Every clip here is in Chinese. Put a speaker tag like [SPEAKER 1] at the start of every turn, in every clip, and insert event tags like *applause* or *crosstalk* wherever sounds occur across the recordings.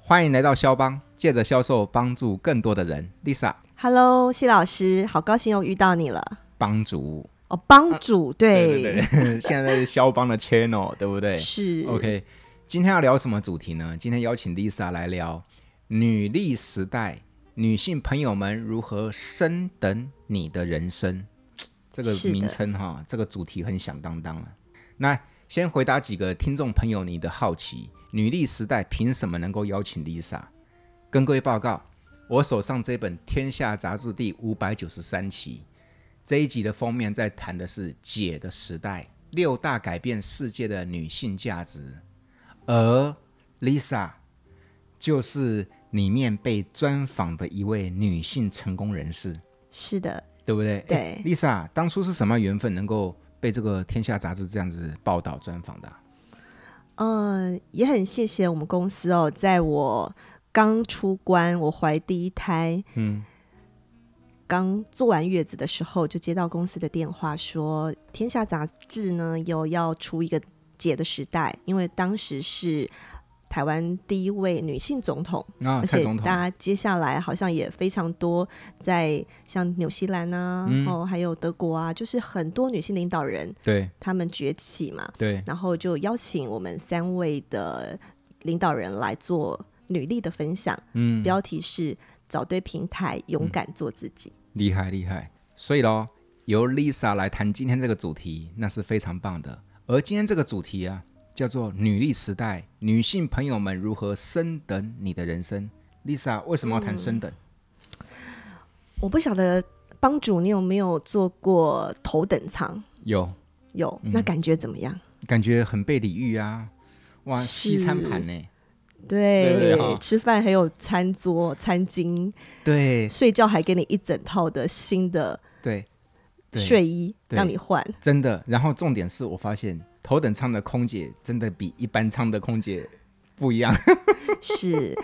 [SPEAKER 1] 欢迎来到肖邦，借着销售帮助更多的人。Lisa，
[SPEAKER 2] Hello，谢老师，好高兴又遇到你了。
[SPEAKER 1] 帮主，
[SPEAKER 2] 哦，帮主，对
[SPEAKER 1] 啊对对， *laughs* 现在是肖邦的 channel，对不对？
[SPEAKER 2] 是
[SPEAKER 1] OK，今天要聊什么主题呢？今天邀请 Lisa 来聊女力时代，女性朋友们如何升等你的人生。这个
[SPEAKER 2] 是的
[SPEAKER 1] 名称哈，这个主题很响当当啊。那先回答几个听众朋友你的好奇：女力时代凭什么能够邀请 Lisa？跟各位报告，我手上这本《天下》杂志第五百九十三期，这一集的封面在谈的是“姐的时代”，六大改变世界的女性价值，而 Lisa 就是里面被专访的一位女性成功人士，
[SPEAKER 2] 是的，
[SPEAKER 1] 对不对？
[SPEAKER 2] 对
[SPEAKER 1] 诶，Lisa 当初是什么缘分能够被这个《天下》杂志这样子报道专访的啊、
[SPEAKER 2] 嗯，也很谢谢我们公司哦，在我刚出关，我怀第一胎，
[SPEAKER 1] 嗯，
[SPEAKER 2] 刚坐完月子的时候，就接到公司的电话说，《天下》杂志呢有要出一个姐的时代，因为当时是台湾第一位女性总统。
[SPEAKER 1] 啊，
[SPEAKER 2] 而
[SPEAKER 1] 蔡
[SPEAKER 2] 且
[SPEAKER 1] 总统，
[SPEAKER 2] 大家接下来好像也非常多，在像纽西兰啊，
[SPEAKER 1] 嗯
[SPEAKER 2] 哦，还有德国啊，就是很多女性领导人
[SPEAKER 1] 对
[SPEAKER 2] 她们崛起嘛，
[SPEAKER 1] 对，
[SPEAKER 2] 然后就邀请我们三位的领导人来做女力的分享，
[SPEAKER 1] 嗯，
[SPEAKER 2] 标题是“找对平台，勇敢做自己
[SPEAKER 1] 厉害厉害，所以咯，由 Lisa 来谈今天这个主题，那是非常棒的。而今天这个主题啊，叫做“女力时代”，女性朋友们如何升等你的人生。Lisa 为什么要
[SPEAKER 2] 嗯
[SPEAKER 1] 谈升等？”。
[SPEAKER 2] 我不晓得帮主你有没有做过头等舱？
[SPEAKER 1] 有
[SPEAKER 2] 有，
[SPEAKER 1] 嗯
[SPEAKER 2] 那感觉怎么样？
[SPEAKER 1] 感觉很被礼遇啊，哇，西餐盘呢？
[SPEAKER 2] 对，
[SPEAKER 1] 对哈
[SPEAKER 2] 吃饭还有餐桌、餐巾，
[SPEAKER 1] 对
[SPEAKER 2] 睡觉还给你一整套的新的
[SPEAKER 1] 对对，
[SPEAKER 2] 睡衣
[SPEAKER 1] 对
[SPEAKER 2] 让你换，
[SPEAKER 1] 真的。然后重点是我发现头等舱的空姐真的比一般舱的空姐不一样。 *laughs*
[SPEAKER 2] 是，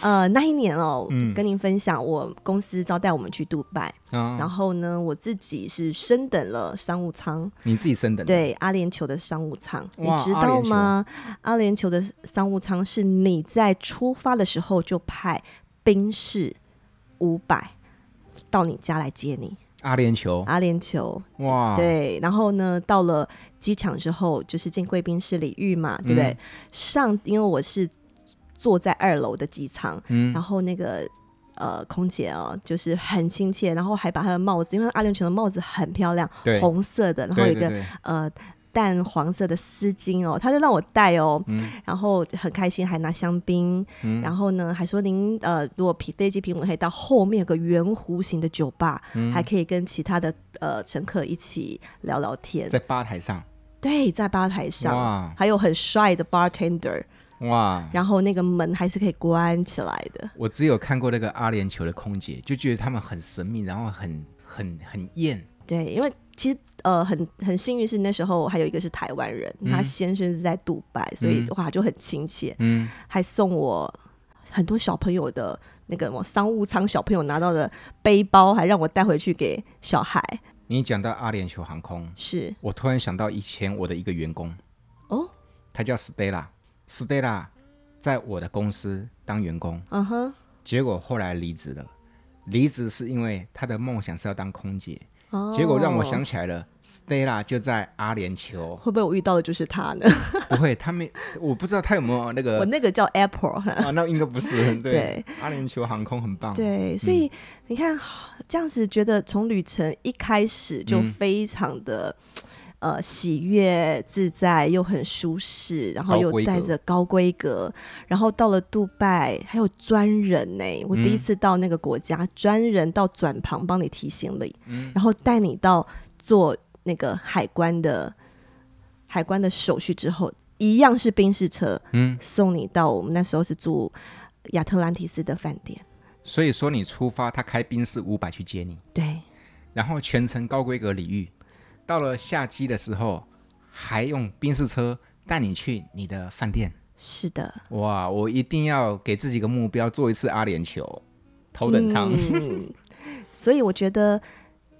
[SPEAKER 2] 呃，那一年哦，
[SPEAKER 1] 嗯
[SPEAKER 2] 跟您分享，我公司招待我们去杜拜，
[SPEAKER 1] 啊，
[SPEAKER 2] 然后呢，我自己是升等了商务舱，
[SPEAKER 1] 你自己升等的
[SPEAKER 2] 对，阿联酋的商务舱，你
[SPEAKER 1] 哇
[SPEAKER 2] 知
[SPEAKER 1] 阿联
[SPEAKER 2] 道吗？阿联酋的商务舱是你在出发的时候就派宾士五百到你家来接你，
[SPEAKER 1] 阿联酋，
[SPEAKER 2] 阿联酋，
[SPEAKER 1] 哇，
[SPEAKER 2] 啊对，然后呢，到了机场之后，就是进贵宾室礼遇嘛，对不对？
[SPEAKER 1] 嗯
[SPEAKER 2] 上，因为我是坐在二楼的机舱，
[SPEAKER 1] 嗯
[SPEAKER 2] 然后那个呃空姐哦，就是很亲切，然后还把她的帽子，因为阿联酋的帽子很漂亮，
[SPEAKER 1] 对，
[SPEAKER 2] 红色的，然后有
[SPEAKER 1] 对
[SPEAKER 2] 一个
[SPEAKER 1] 对对。
[SPEAKER 2] 呃淡黄色的丝巾哦，她就让我戴哦，
[SPEAKER 1] 嗯
[SPEAKER 2] 然后很开心，还拿香槟，然后呢还说您呃如果疲飞机疲稳，可以到后面有个圆弧形的酒吧，
[SPEAKER 1] 嗯
[SPEAKER 2] 还可以跟其他的呃乘客一起聊聊天。
[SPEAKER 1] 在吧台上，
[SPEAKER 2] 对，在吧台上。
[SPEAKER 1] 哇
[SPEAKER 2] 还有很帅的 bartender，
[SPEAKER 1] 哇！
[SPEAKER 2] 然后那个门还是可以关起来的。
[SPEAKER 1] 我只有看过那个阿联酋的空姐，就觉得她们很神秘，然后很很很艳，
[SPEAKER 2] 对，因为其实呃很很幸运是那时候还有一个是台湾人，他先生是在杜拜，所以哇就很亲切，
[SPEAKER 1] 嗯，
[SPEAKER 2] 还送我很多小朋友的那个什么商务舱小朋友拿到的背包，还让我带回去给小孩。
[SPEAKER 1] 你讲到阿联酋航空，
[SPEAKER 2] 是
[SPEAKER 1] 我突然想到以前我的一个员工，
[SPEAKER 2] 哦，
[SPEAKER 1] 他叫 Stella，Stella 在我的公司当员工，
[SPEAKER 2] 嗯哼，
[SPEAKER 1] 结果后来离职了。离职是因为她的梦想是要当空姐，
[SPEAKER 2] 哦。
[SPEAKER 1] 结果让我想起来了，Stella 就在阿联酋
[SPEAKER 2] 会不会我遇到的就是他呢？
[SPEAKER 1] 不会，他们我不知道他有没有那
[SPEAKER 2] *laughs* 我
[SPEAKER 1] 个
[SPEAKER 2] 那个叫 Apple。
[SPEAKER 1] 啊，那应该不是。对，
[SPEAKER 2] 对
[SPEAKER 1] 阿联酋航空很棒。
[SPEAKER 2] 对，
[SPEAKER 1] 嗯
[SPEAKER 2] 所以你看，这样子觉得从旅程一开始
[SPEAKER 1] 嗯
[SPEAKER 2] 就非常的、呃喜悦、自在，又很舒适，然后
[SPEAKER 1] 高
[SPEAKER 2] 又
[SPEAKER 1] 规格
[SPEAKER 2] 带着高规格，然后到了杜拜还有专人呢、我
[SPEAKER 1] 嗯
[SPEAKER 2] 第一次到那个国家，专人到转旁帮你提行李，
[SPEAKER 1] 嗯
[SPEAKER 2] 然后带你到做那个海关的海关的手续之后，一样是宾士车，
[SPEAKER 1] 嗯，
[SPEAKER 2] 送你到我们那时候是住亚特兰蒂斯的饭店。
[SPEAKER 1] 所以说你出发，他开宾士五百去接你，
[SPEAKER 2] 对，
[SPEAKER 1] 然后全程高规格礼遇，到了下机的时候还用宾士车带你去你的饭店。
[SPEAKER 2] 是的，
[SPEAKER 1] 哇，我一定要给自己一个目标，做一次阿联酋头等舱。
[SPEAKER 2] 嗯，所以我觉得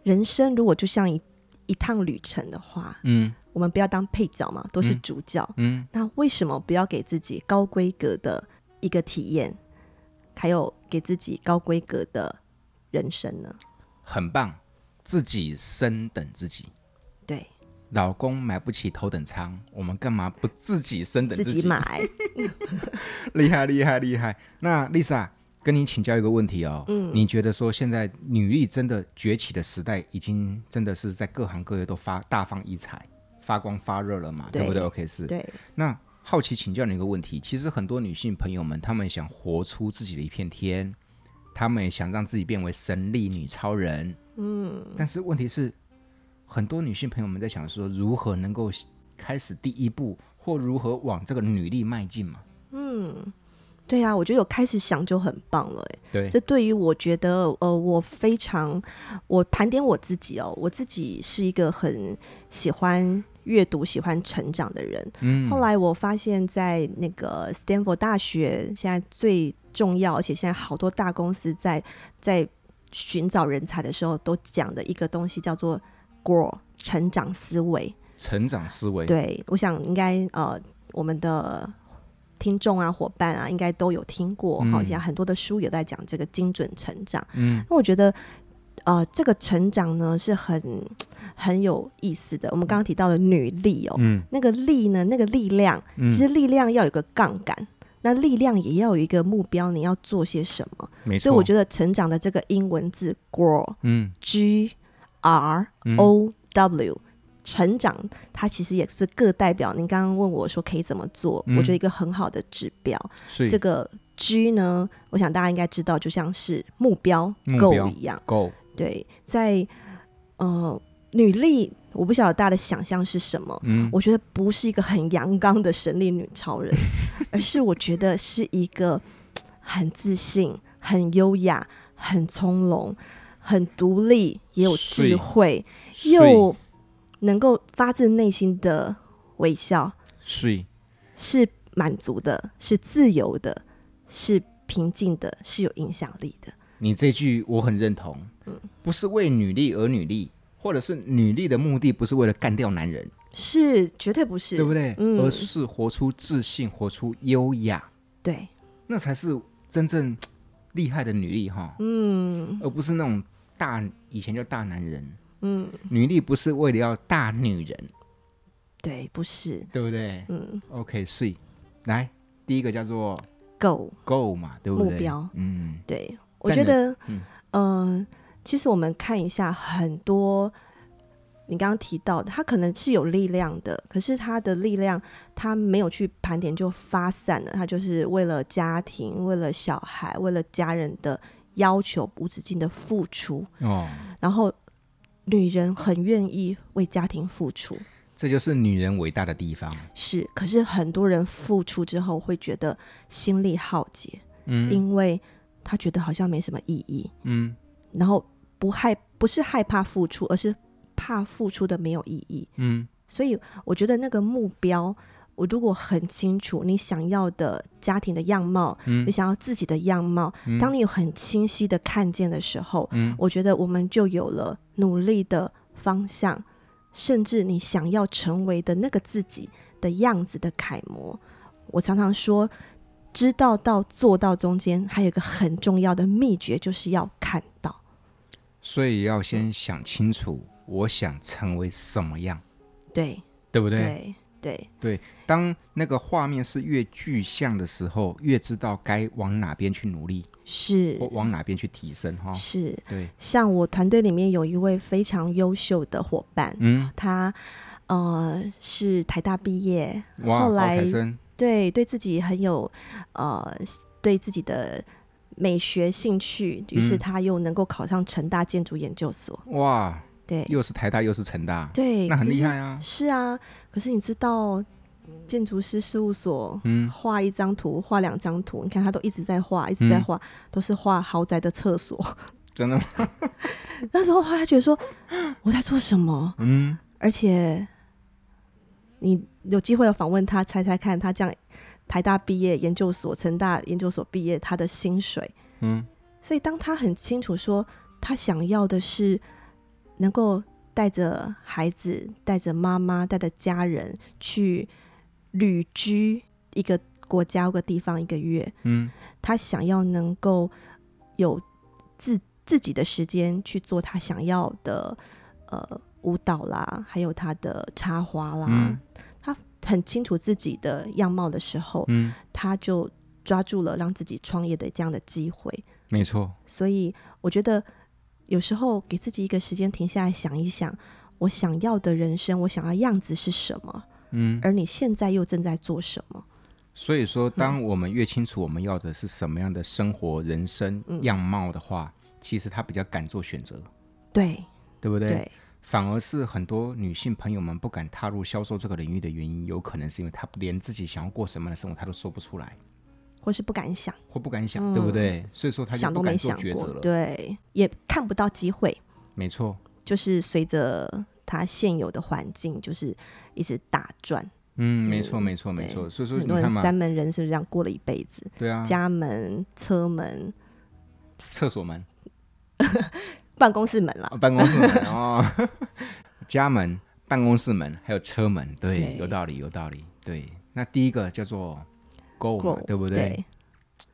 [SPEAKER 2] 人生如果就像一一趟旅程的话，
[SPEAKER 1] 嗯
[SPEAKER 2] 我们不要当配角嘛，都是主角。
[SPEAKER 1] 嗯
[SPEAKER 2] 那为什么不要给自己高规格的一个体验？还有给自己高规格的人生呢？
[SPEAKER 1] *laughs* 很棒，自己升等自己。
[SPEAKER 2] 对，
[SPEAKER 1] 老公买不起头等舱，我们干嘛不自己升等
[SPEAKER 2] 自己买，
[SPEAKER 1] *laughs* 厉害厉害厉害！那 Lisa 跟你请教一个问题哦，你觉得说现在女力真的崛起的时代，已经真的是在各行各业都发大放异彩、发光发热了嘛？对不对
[SPEAKER 2] 对
[SPEAKER 1] ？OK 是。
[SPEAKER 2] *laughs* 对，
[SPEAKER 1] 那好奇请教你一个问题，其实很多女性朋友们，她们想活出自己的一片天，她们也想让自己变为神力女超人。嗯，但是问题是，很多女性朋友们在想说，如何能够开始第一步，或如何往这个女力迈进嘛？
[SPEAKER 2] 对啊，我觉得有开始想就很棒了、欸，
[SPEAKER 1] 对
[SPEAKER 2] 这对于我觉得，呃，我非常，我盘点我自己哦，我自己是一个很喜欢阅读、喜欢成长的人。
[SPEAKER 1] 嗯
[SPEAKER 2] 后来我发现，在那个 Stanford 大学，现在最重要，而且现在好多大公司在在寻找人才的时候，都讲的一个东西叫做 “grow” 成长思维。
[SPEAKER 1] 成长思维，
[SPEAKER 2] 对，我想应该呃，我们的听众啊、伙伴啊，应该都有听过哈，
[SPEAKER 1] 嗯
[SPEAKER 2] 现在很多的书也在讲这个精准成长。
[SPEAKER 1] 嗯，
[SPEAKER 2] 那我觉得。呃，这个成长呢是很很有意思的。我们刚刚提到的女力哦，
[SPEAKER 1] 嗯
[SPEAKER 2] 那个力呢，那个力量，
[SPEAKER 1] 嗯
[SPEAKER 2] 其实力量要有一个杠杆，那力量也要有一个目标，你要做些什么。
[SPEAKER 1] 没错，
[SPEAKER 2] 所以我觉得成长的这个英文字 grow，
[SPEAKER 1] 嗯
[SPEAKER 2] G R O W、成长，它其实也是各代表。您刚刚问我说可以怎么做，
[SPEAKER 1] 嗯
[SPEAKER 2] 我觉得一个很好的指标。
[SPEAKER 1] 所以
[SPEAKER 2] 这个 G 呢，我想大家应该知道，就像是目标
[SPEAKER 1] 目
[SPEAKER 2] Go
[SPEAKER 1] 标
[SPEAKER 2] 一样。
[SPEAKER 1] 够
[SPEAKER 2] 对，在呃女力，我不晓得大家的想象是什么。
[SPEAKER 1] 嗯
[SPEAKER 2] 我觉得不是一个很阳刚的神力女超
[SPEAKER 1] *laughs*
[SPEAKER 2] 人，而是我觉得是一个嘖很自信、很优雅、很从容、很独立，也有智慧，又能够发自内心的微笑，
[SPEAKER 1] 睡
[SPEAKER 2] 是满足的，是自由的，是平静的，是有影响力的。
[SPEAKER 1] 你这句我很认同，
[SPEAKER 2] 嗯
[SPEAKER 1] 不是为女力而女力，或者是女力的目的不是为了干掉男人，
[SPEAKER 2] 是，绝对不是，
[SPEAKER 1] 对不对？
[SPEAKER 2] 嗯
[SPEAKER 1] 而是活出自信，活出优雅，
[SPEAKER 2] 对
[SPEAKER 1] 那才是真正厉害的女力哈。嗯，而不是那种大以前叫大男人。嗯，女力不是为了要大女人，
[SPEAKER 2] 对，不是
[SPEAKER 1] 对不对？嗯，OK，所以来第一个叫做
[SPEAKER 2] Go
[SPEAKER 1] Go 嘛，对不对？
[SPEAKER 2] 目标
[SPEAKER 1] 嗯，
[SPEAKER 2] 对，我
[SPEAKER 1] 在嗯
[SPEAKER 2] 觉
[SPEAKER 1] 你
[SPEAKER 2] 得，呃，其实我们看一下很多，你刚刚提到的，它可能是有力量的，可是它的力量，它没有去盘点就发散了，它就是为了家庭、为了小孩、为了家人的要求无止境的付出，
[SPEAKER 1] 哦，
[SPEAKER 2] 然后女人很愿意为家庭付出，
[SPEAKER 1] 这就是女人伟大的地方。
[SPEAKER 2] 是，可是很多人付出之后会觉得心力耗竭，
[SPEAKER 1] 嗯
[SPEAKER 2] 因为他觉得好像没什么意义，
[SPEAKER 1] 嗯
[SPEAKER 2] 然后不害不是害怕付出，而是怕付出的没有意义。
[SPEAKER 1] 嗯，
[SPEAKER 2] 所以我觉得那个目标，我如果很清楚你想要的家庭的样貌，
[SPEAKER 1] 嗯
[SPEAKER 2] 你想要自己的样貌，当你有很清晰的看见的时候，
[SPEAKER 1] 嗯
[SPEAKER 2] 我觉得我们就有了努力的方向，甚至你想要成为的那个自己的样子的楷模。我常常说。知道到做到中间，还有一个很重要的秘诀，就是要看到。
[SPEAKER 1] 所以要先想清楚，我想成为什么样，
[SPEAKER 2] 对
[SPEAKER 1] 对不对？
[SPEAKER 2] 对对
[SPEAKER 1] 当那个画面是越具象的时候，越知道该往哪边去努力，
[SPEAKER 2] 是
[SPEAKER 1] 或往哪边去提升哈。
[SPEAKER 2] 是。
[SPEAKER 1] 对，
[SPEAKER 2] 像我团队里面有一位非常优秀的伙伴，
[SPEAKER 1] 嗯，
[SPEAKER 2] 他呃是台大毕业，
[SPEAKER 1] 哇，
[SPEAKER 2] 后
[SPEAKER 1] 高
[SPEAKER 2] 来
[SPEAKER 1] 材生，
[SPEAKER 2] 对对自己很有呃对自己的美学兴趣，于是
[SPEAKER 1] 嗯
[SPEAKER 2] 他又能够考上成大建筑研究所。
[SPEAKER 1] 哇，
[SPEAKER 2] 对
[SPEAKER 1] 又是台大又是成大，
[SPEAKER 2] 对，
[SPEAKER 1] 那很
[SPEAKER 2] 可
[SPEAKER 1] 厉
[SPEAKER 2] 是
[SPEAKER 1] 害啊。
[SPEAKER 2] 是啊，可是你知道，建筑师事务所，
[SPEAKER 1] 嗯
[SPEAKER 2] 画一张图，画两张图，你看他都一直在画，一直在
[SPEAKER 1] 嗯
[SPEAKER 2] 画，都是画豪宅的厕所。
[SPEAKER 1] 真的吗，
[SPEAKER 2] 那时候他觉得说我在做什么，
[SPEAKER 1] 嗯，
[SPEAKER 2] 而且你有机会要访问他，猜猜看他这样台大毕业、研究所、成大研究所毕业，他的薪水。
[SPEAKER 1] 嗯，
[SPEAKER 2] 所以当他很清楚说他想要的是能够带着孩子、带着妈妈、带着家人去旅居一个国家或个地方一个月，
[SPEAKER 1] 嗯
[SPEAKER 2] 他想要能够有自自己的时间去做他想要的呃舞蹈啦，还有他的插花啦，
[SPEAKER 1] 嗯
[SPEAKER 2] 他很清楚自己的样貌的时候，
[SPEAKER 1] 嗯，
[SPEAKER 2] 他就抓住了让自己创业的这样的机会。
[SPEAKER 1] 没错，
[SPEAKER 2] 所以我觉得有时候给自己一个时间停下来想一想，我想要的人生，我想要样子是什么，
[SPEAKER 1] 嗯。
[SPEAKER 2] 而你现在又正在做什么？
[SPEAKER 1] 所以
[SPEAKER 2] 嗯
[SPEAKER 1] 说，当我们越清楚我们要的是什么样的生活、人生
[SPEAKER 2] 嗯
[SPEAKER 1] 样貌的话，其实他比较敢做选择，
[SPEAKER 2] 对
[SPEAKER 1] 对不对？
[SPEAKER 2] 对
[SPEAKER 1] 反而是很多女性朋友们不敢踏入销售这个领域的原因，有可能是因为她连自己想要过什么样的生活，她都说不出来，
[SPEAKER 2] 或是不敢想，
[SPEAKER 1] 或不敢想，对不对？所以说她就
[SPEAKER 2] 嗯想
[SPEAKER 1] 不
[SPEAKER 2] 都
[SPEAKER 1] 敢
[SPEAKER 2] 没
[SPEAKER 1] 做
[SPEAKER 2] 想
[SPEAKER 1] 抉
[SPEAKER 2] 过
[SPEAKER 1] 择，了。
[SPEAKER 2] 对，也看不到机会，
[SPEAKER 1] 没错，
[SPEAKER 2] 就是随着他现有的环境，就是一直打转。
[SPEAKER 1] 嗯，没错，没错，
[SPEAKER 2] 对
[SPEAKER 1] 没错。所以说
[SPEAKER 2] 很
[SPEAKER 1] 你
[SPEAKER 2] 多人
[SPEAKER 1] 看嘛，
[SPEAKER 2] 三门人生这样过了一辈子，
[SPEAKER 1] 对啊，
[SPEAKER 2] 家门、车门、
[SPEAKER 1] 厕所门、
[SPEAKER 2] 办公室门啦
[SPEAKER 1] 啊，办公室门哦， *laughs* 家门、办公室门，还有车门，对，
[SPEAKER 2] 对
[SPEAKER 1] 有道理，有道理。对，那第一个叫做 goal，嘛
[SPEAKER 2] 过
[SPEAKER 1] 对不
[SPEAKER 2] 对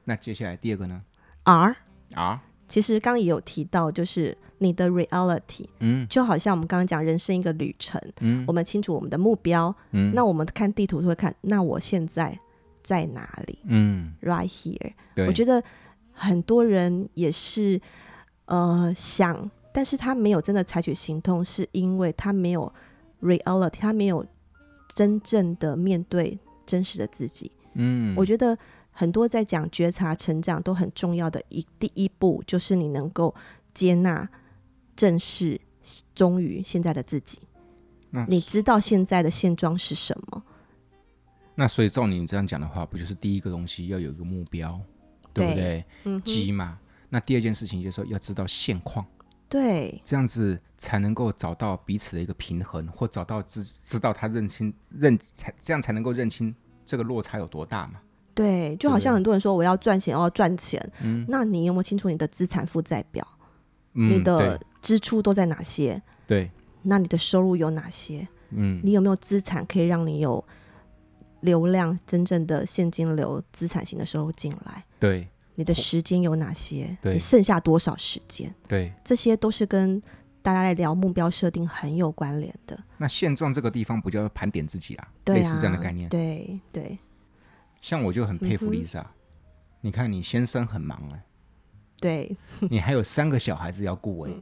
[SPEAKER 1] 那接下来第二个呢？
[SPEAKER 2] ？R
[SPEAKER 1] 啊，
[SPEAKER 2] 其实刚刚也有提到，就是你的 reality，
[SPEAKER 1] 嗯
[SPEAKER 2] 就好像我们刚刚讲人生一个旅程，
[SPEAKER 1] 嗯
[SPEAKER 2] 我们清楚我们的目标，
[SPEAKER 1] 嗯
[SPEAKER 2] 那我们看地图会看，那我现在在哪里
[SPEAKER 1] 嗯，
[SPEAKER 2] ？Right here。
[SPEAKER 1] 对，
[SPEAKER 2] 我觉得很多人也是呃想，但是他没有真的采取行动，是因为他没有 reality，他没有真正的面对真实的自己。
[SPEAKER 1] 嗯，
[SPEAKER 2] 我觉得很多在讲觉察、成长都很重要的一第一步，就是你能够接纳、正视、忠于现在的自己。
[SPEAKER 1] 那
[SPEAKER 2] 你知道现在的现状是什么？
[SPEAKER 1] 那所以照你这样讲的话，不就是第一个东西要有一个目标，对不
[SPEAKER 2] 对
[SPEAKER 1] 对？
[SPEAKER 2] 嗯哼，
[SPEAKER 1] 急嘛。那第二件事情就是说要知道现况，
[SPEAKER 2] 对
[SPEAKER 1] 这样子才能够找到彼此的一个平衡，或找到知知道他认清认才这样才能够认清这个落差有多大嘛。
[SPEAKER 2] 对，就好像很多人说我要赚钱，我要赚钱，
[SPEAKER 1] 嗯
[SPEAKER 2] 那你有没有清楚你的资产负债表？
[SPEAKER 1] 嗯，
[SPEAKER 2] 你的支出都在哪些？
[SPEAKER 1] 对对，
[SPEAKER 2] 那你的收入有哪些？
[SPEAKER 1] 嗯
[SPEAKER 2] 你有没有资产可以让你有流量真正的现金流、资产型的收入进来？
[SPEAKER 1] 对
[SPEAKER 2] 你的时间有哪些？
[SPEAKER 1] 哦对
[SPEAKER 2] 你剩下多少时间？
[SPEAKER 1] 对。
[SPEAKER 2] 这些都是跟大家来聊目标设定很有关联的。
[SPEAKER 1] 那现状这个地方不就要盘点自己啊？
[SPEAKER 2] 对啊，
[SPEAKER 1] 类似这样的概念。
[SPEAKER 2] 对对
[SPEAKER 1] 像我就很佩服
[SPEAKER 2] 嗯哼
[SPEAKER 1] Lisa，、你看你先生很忙 *laughs* 哎、
[SPEAKER 2] 对，
[SPEAKER 1] 你还有三个小孩子要顾哎、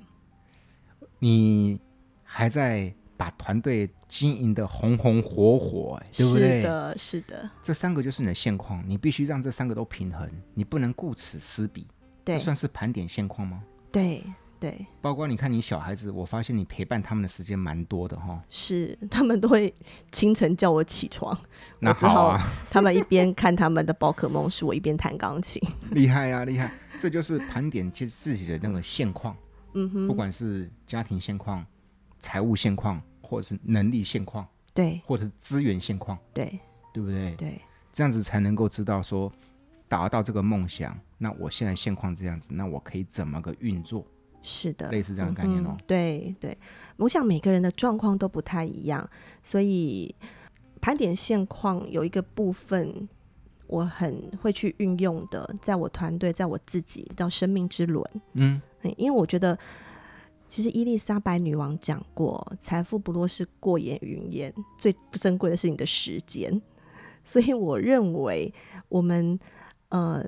[SPEAKER 1] 你还在把团队经营的红红火火、哎，对不
[SPEAKER 2] 是
[SPEAKER 1] 对？
[SPEAKER 2] 的，是的，
[SPEAKER 1] 这三个就是你的现况，你必须让这三个都平衡，你不能顾此失彼。这
[SPEAKER 2] 对
[SPEAKER 1] 算是盘点现况吗？
[SPEAKER 2] 对对，
[SPEAKER 1] 包括你看你小孩子，我发现你陪伴他们的时间蛮多的哈。
[SPEAKER 2] 是 *laughs* 他们都会清晨叫我起床，
[SPEAKER 1] 那好啊， *laughs*
[SPEAKER 2] 他们一边看他们的宝可梦书，我一边弹钢琴。
[SPEAKER 1] 厉害啊，厉害！这就是盘点其实自己的那个现况，
[SPEAKER 2] 嗯哼，
[SPEAKER 1] 不管是家庭现况、财务现况，或者是能力现况，
[SPEAKER 2] 对
[SPEAKER 1] 或者是资源现况，
[SPEAKER 2] *laughs* 对
[SPEAKER 1] 对不对？
[SPEAKER 2] 对
[SPEAKER 1] 这样子才能够知道说，达到这个梦想，那我现在现况这样子，那我可以怎么个运作？
[SPEAKER 2] 是的，
[SPEAKER 1] 类似这样的概念哦
[SPEAKER 2] 嗯。对对，我想每个人的状况都不太一样，所以盘点现况有一个部分我很会去运用的，在我团队，在我自己叫生命之轮。
[SPEAKER 1] 嗯
[SPEAKER 2] 嗯因为我觉得，其实伊丽莎白女王讲过，财富不过是过眼云烟，最珍贵的是你的时间。所以我认为，我们呃，